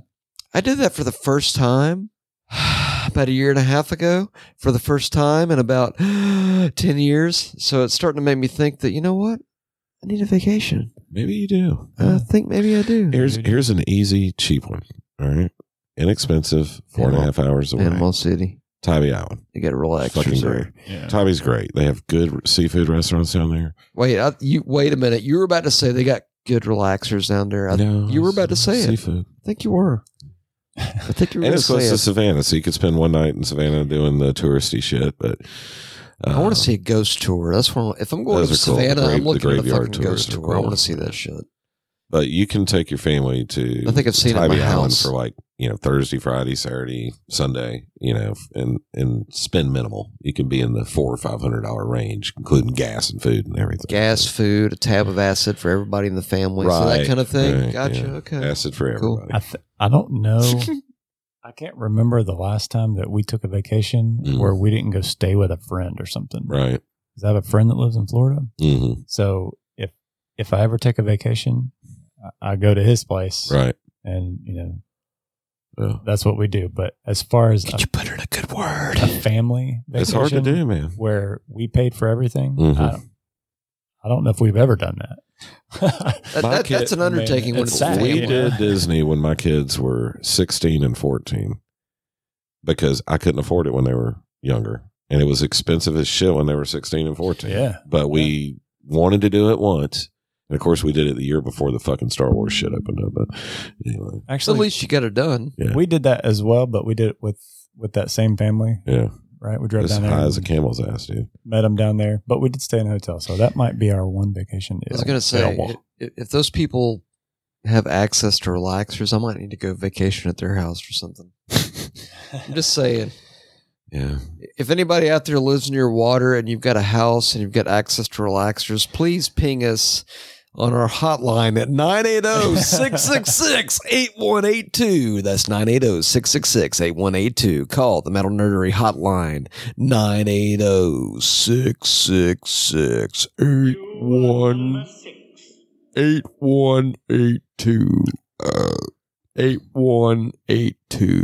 [SPEAKER 2] I did that for the first time (sighs) about a year and a half ago, for the first time in about (gasps) 10 years. So it's starting to make me think that, you know what? I need a vacation.
[SPEAKER 4] Maybe you do.
[SPEAKER 2] I think maybe I do.
[SPEAKER 4] Here's here's an easy, cheap one. All right. Inexpensive, four and a
[SPEAKER 2] Animal-
[SPEAKER 4] half hours away.
[SPEAKER 2] Animal City.
[SPEAKER 4] Tybee Island.
[SPEAKER 2] You got to relax.
[SPEAKER 4] Fucking
[SPEAKER 2] yourself.
[SPEAKER 4] great.
[SPEAKER 3] Yeah.
[SPEAKER 4] Tybee's great. They have good r- seafood restaurants down there.
[SPEAKER 2] Wait, I, you wait a minute. You were about to say they got good relaxers down there. I
[SPEAKER 4] no,
[SPEAKER 2] you were about to say it.
[SPEAKER 4] seafood.
[SPEAKER 2] think you were. I think you were
[SPEAKER 4] (laughs)
[SPEAKER 2] going
[SPEAKER 4] And
[SPEAKER 2] to
[SPEAKER 4] it's close
[SPEAKER 2] say
[SPEAKER 4] to
[SPEAKER 2] it.
[SPEAKER 4] Savannah, so you could spend one night in Savannah doing the touristy shit. But uh,
[SPEAKER 2] I want to see a ghost tour. That's one. If I'm going
[SPEAKER 4] Those
[SPEAKER 2] to
[SPEAKER 4] are cool. The
[SPEAKER 2] Savannah,
[SPEAKER 4] grave-
[SPEAKER 2] I'm
[SPEAKER 4] the
[SPEAKER 2] looking at a
[SPEAKER 4] graveyard
[SPEAKER 2] fucking ghost
[SPEAKER 4] tours are
[SPEAKER 2] tour. I
[SPEAKER 4] cool.
[SPEAKER 2] want to see that shit.
[SPEAKER 4] But you can take your family to.
[SPEAKER 2] I think I've seen it at
[SPEAKER 4] Tybee
[SPEAKER 2] my
[SPEAKER 4] Island
[SPEAKER 2] house.
[SPEAKER 4] for like you know Thursday, Friday, Saturday, Sunday. You know, and and spend minimal. You can be in the four or five hundred dollar range, including gas and food and everything.
[SPEAKER 2] gas, food, a tab of acid for everybody in the family, so that
[SPEAKER 4] Right,
[SPEAKER 2] kind of thing.
[SPEAKER 4] right,
[SPEAKER 2] gotcha.
[SPEAKER 4] yeah.
[SPEAKER 2] Okay.
[SPEAKER 4] acid for
[SPEAKER 2] Cool.
[SPEAKER 4] everybody.
[SPEAKER 3] I, th- I don't know. I can't remember the last time that we took a vacation
[SPEAKER 4] Mm.
[SPEAKER 3] where we didn't go stay with a friend or something.
[SPEAKER 4] Right.
[SPEAKER 3] because I have a friend that lives in Florida.
[SPEAKER 4] Mm-hmm.
[SPEAKER 3] So if if I ever take a vacation, I, I go to his place,
[SPEAKER 4] Right.
[SPEAKER 3] and you know
[SPEAKER 4] Yeah.
[SPEAKER 3] that's what we do. But as far as a,
[SPEAKER 2] put in a good word.
[SPEAKER 3] a family, vacation,
[SPEAKER 4] It's hard to do, man.
[SPEAKER 3] where we paid for everything.
[SPEAKER 4] Mhm.
[SPEAKER 3] I, don't, I don't know if we've ever done that. (laughs)
[SPEAKER 2] That,
[SPEAKER 4] My
[SPEAKER 2] that-
[SPEAKER 4] kid-
[SPEAKER 2] that's an
[SPEAKER 3] man,
[SPEAKER 2] undertaking when
[SPEAKER 3] it's
[SPEAKER 2] it's
[SPEAKER 3] sad.
[SPEAKER 2] a
[SPEAKER 4] we
[SPEAKER 2] family.
[SPEAKER 4] did Disney when my kids were 16 and 14 because I couldn't afford it when they were younger. And it was expensive as shit when they were 16 and 14.
[SPEAKER 3] yeah,
[SPEAKER 4] But we wanted to do it once. And of course, we did it the year before the fucking Star Wars shit opened up. But anyway,
[SPEAKER 2] So at
[SPEAKER 3] actually,
[SPEAKER 2] least you got it done.
[SPEAKER 4] yeah.
[SPEAKER 3] we did that as well, but we did it with with that same family,
[SPEAKER 4] yeah.
[SPEAKER 3] right? We drove
[SPEAKER 4] As
[SPEAKER 3] down there,
[SPEAKER 4] high as a
[SPEAKER 3] and
[SPEAKER 4] camel's ass, dude.
[SPEAKER 3] met them down there, but we did stay in a hotel, so that might be our one vacation.
[SPEAKER 2] I was going to say,
[SPEAKER 3] Ill-
[SPEAKER 2] if, if those people have access to relaxers, I might need to go vacation at their house or
[SPEAKER 4] (laughs)
[SPEAKER 2] something. I'm just saying.
[SPEAKER 4] Yeah.
[SPEAKER 2] If anybody out there lives near water and you've got a house and you've got access to relaxers, please ping us on our hotline at oh, 980-666-8182. (laughs) That's oh, 980-666-8182. Call the Metal Nerdery hotline oh, 980-666-8182.
[SPEAKER 4] Eight one eight two. Uh, eight one eight two.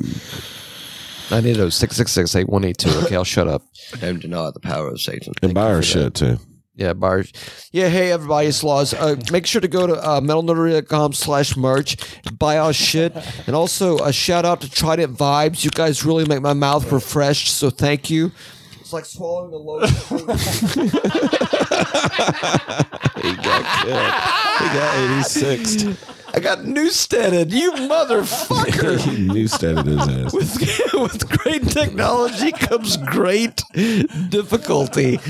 [SPEAKER 2] 980-666-8182. Okay, I'll shut up.
[SPEAKER 1] Don't deny the power of Satan.
[SPEAKER 4] And buy
[SPEAKER 2] you
[SPEAKER 4] our
[SPEAKER 2] for that.
[SPEAKER 4] shit too.
[SPEAKER 2] Yeah, bars. Yeah, hey everybody, it's Laws. Uh, make sure to go to uh, metalnerdery.com slash merch, buy our shit, and also a shout out to Trident Vibes. You guys really make my mouth refreshed, so thank you. It's like swallowing a load. of fruit.
[SPEAKER 4] (laughs) He got killed. He got 86ed.
[SPEAKER 2] I got Newsteaded, you motherfucker.
[SPEAKER 4] (laughs) He newsteaded his ass.
[SPEAKER 2] With, (laughs) with great technology comes great difficulty,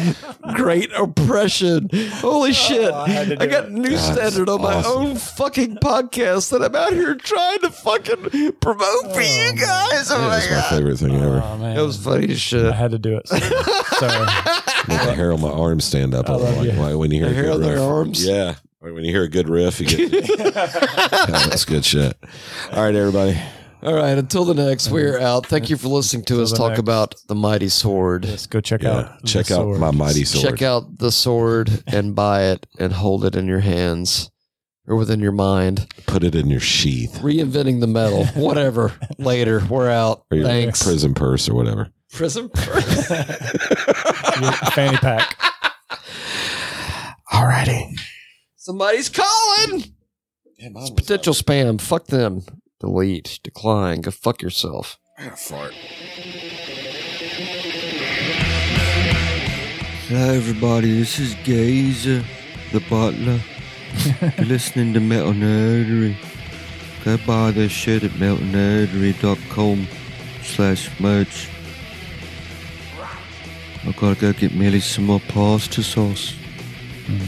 [SPEAKER 2] great oppression. Holy shit.
[SPEAKER 3] Oh, I had to
[SPEAKER 2] I
[SPEAKER 3] do
[SPEAKER 2] got
[SPEAKER 3] it.
[SPEAKER 2] new standard on my
[SPEAKER 4] awesome.
[SPEAKER 2] own fucking podcast that I'm out here trying to fucking promote for you guys. Oh my
[SPEAKER 4] That's
[SPEAKER 2] God.
[SPEAKER 4] my favorite thing ever.
[SPEAKER 3] Oh, man.
[SPEAKER 2] That was funny as
[SPEAKER 3] I
[SPEAKER 2] shit.
[SPEAKER 3] had to do
[SPEAKER 4] (laughs)
[SPEAKER 3] it. So, so
[SPEAKER 4] Make the hair on my arm stand up. I
[SPEAKER 3] love
[SPEAKER 4] like,
[SPEAKER 3] you.
[SPEAKER 4] like when you
[SPEAKER 2] The
[SPEAKER 4] hear a
[SPEAKER 2] hair
[SPEAKER 4] good
[SPEAKER 2] on their
[SPEAKER 4] riff.
[SPEAKER 2] arms?
[SPEAKER 4] Yeah. Like when you hear a good riff, you
[SPEAKER 2] (laughs)
[SPEAKER 4] get (laughs) Yeah, that's good shit. All right, everybody.
[SPEAKER 2] All right. Until the next, we're out. Thank you for listening to us
[SPEAKER 3] the
[SPEAKER 2] talk
[SPEAKER 3] next.
[SPEAKER 2] about the mighty sword.
[SPEAKER 3] let's go check
[SPEAKER 4] Yeah.
[SPEAKER 3] out the
[SPEAKER 4] Check out
[SPEAKER 3] sword. (laughs)
[SPEAKER 4] my mighty sword.
[SPEAKER 2] Check out the sword and buy it and hold it in your hands or within your mind.
[SPEAKER 4] Put it in your sheath
[SPEAKER 2] Reinventing the (laughs) metal. Whatever. Later. We're out.
[SPEAKER 4] or your
[SPEAKER 2] Thanks.
[SPEAKER 4] prison purse or whatever.
[SPEAKER 2] Prison. (laughs)
[SPEAKER 3] Your fanny pack.
[SPEAKER 2] Somebody's calling. It's potential spam. Fuck them. Delete. Decline. Go fuck yourself.
[SPEAKER 1] Hello, everybody. This is Gazer, the butler. You're listening to Metal Nerdery. Go buy their shit at metalnerdery.com slash merch. I've got to go get Millie some more pasta sauce.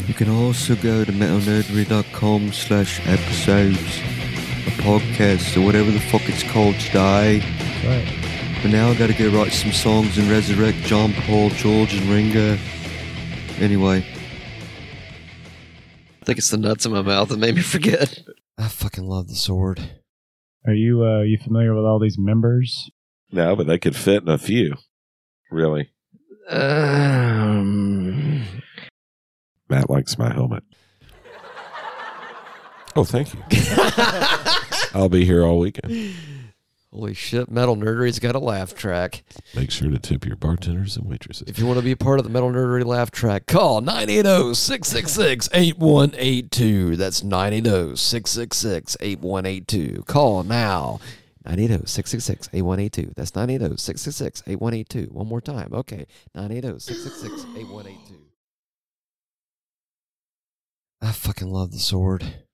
[SPEAKER 1] You can also go to metalnerdery.com slash episodes, a podcast, or whatever the fuck it's called today.
[SPEAKER 3] Right.
[SPEAKER 1] But now I gotta go write some songs and resurrect John Paul, George, and Ringo. Anyway.
[SPEAKER 2] I think it's the nuts in my mouth that made me forget. I fucking love the sword.
[SPEAKER 3] Are you uh, you familiar with all these members?
[SPEAKER 4] No, but they could fit in a few. Really.
[SPEAKER 2] Um,
[SPEAKER 4] Matt likes my helmet. Oh, thank you. (laughs) I'll be here all weekend.
[SPEAKER 2] holy shit! Metal Nerdery's got a laugh track.
[SPEAKER 4] Make sure to tip your bartenders and waitresses.
[SPEAKER 2] If you want to be a part of the Metal Nerdery laugh track, call oh, 980-666-8182. That's oh, 980-666-8182. Call now. oh, 980-666-8182. That's oh, 980-666-8182. One more time. Okay. oh, 980-666-8182. I fucking love the sword.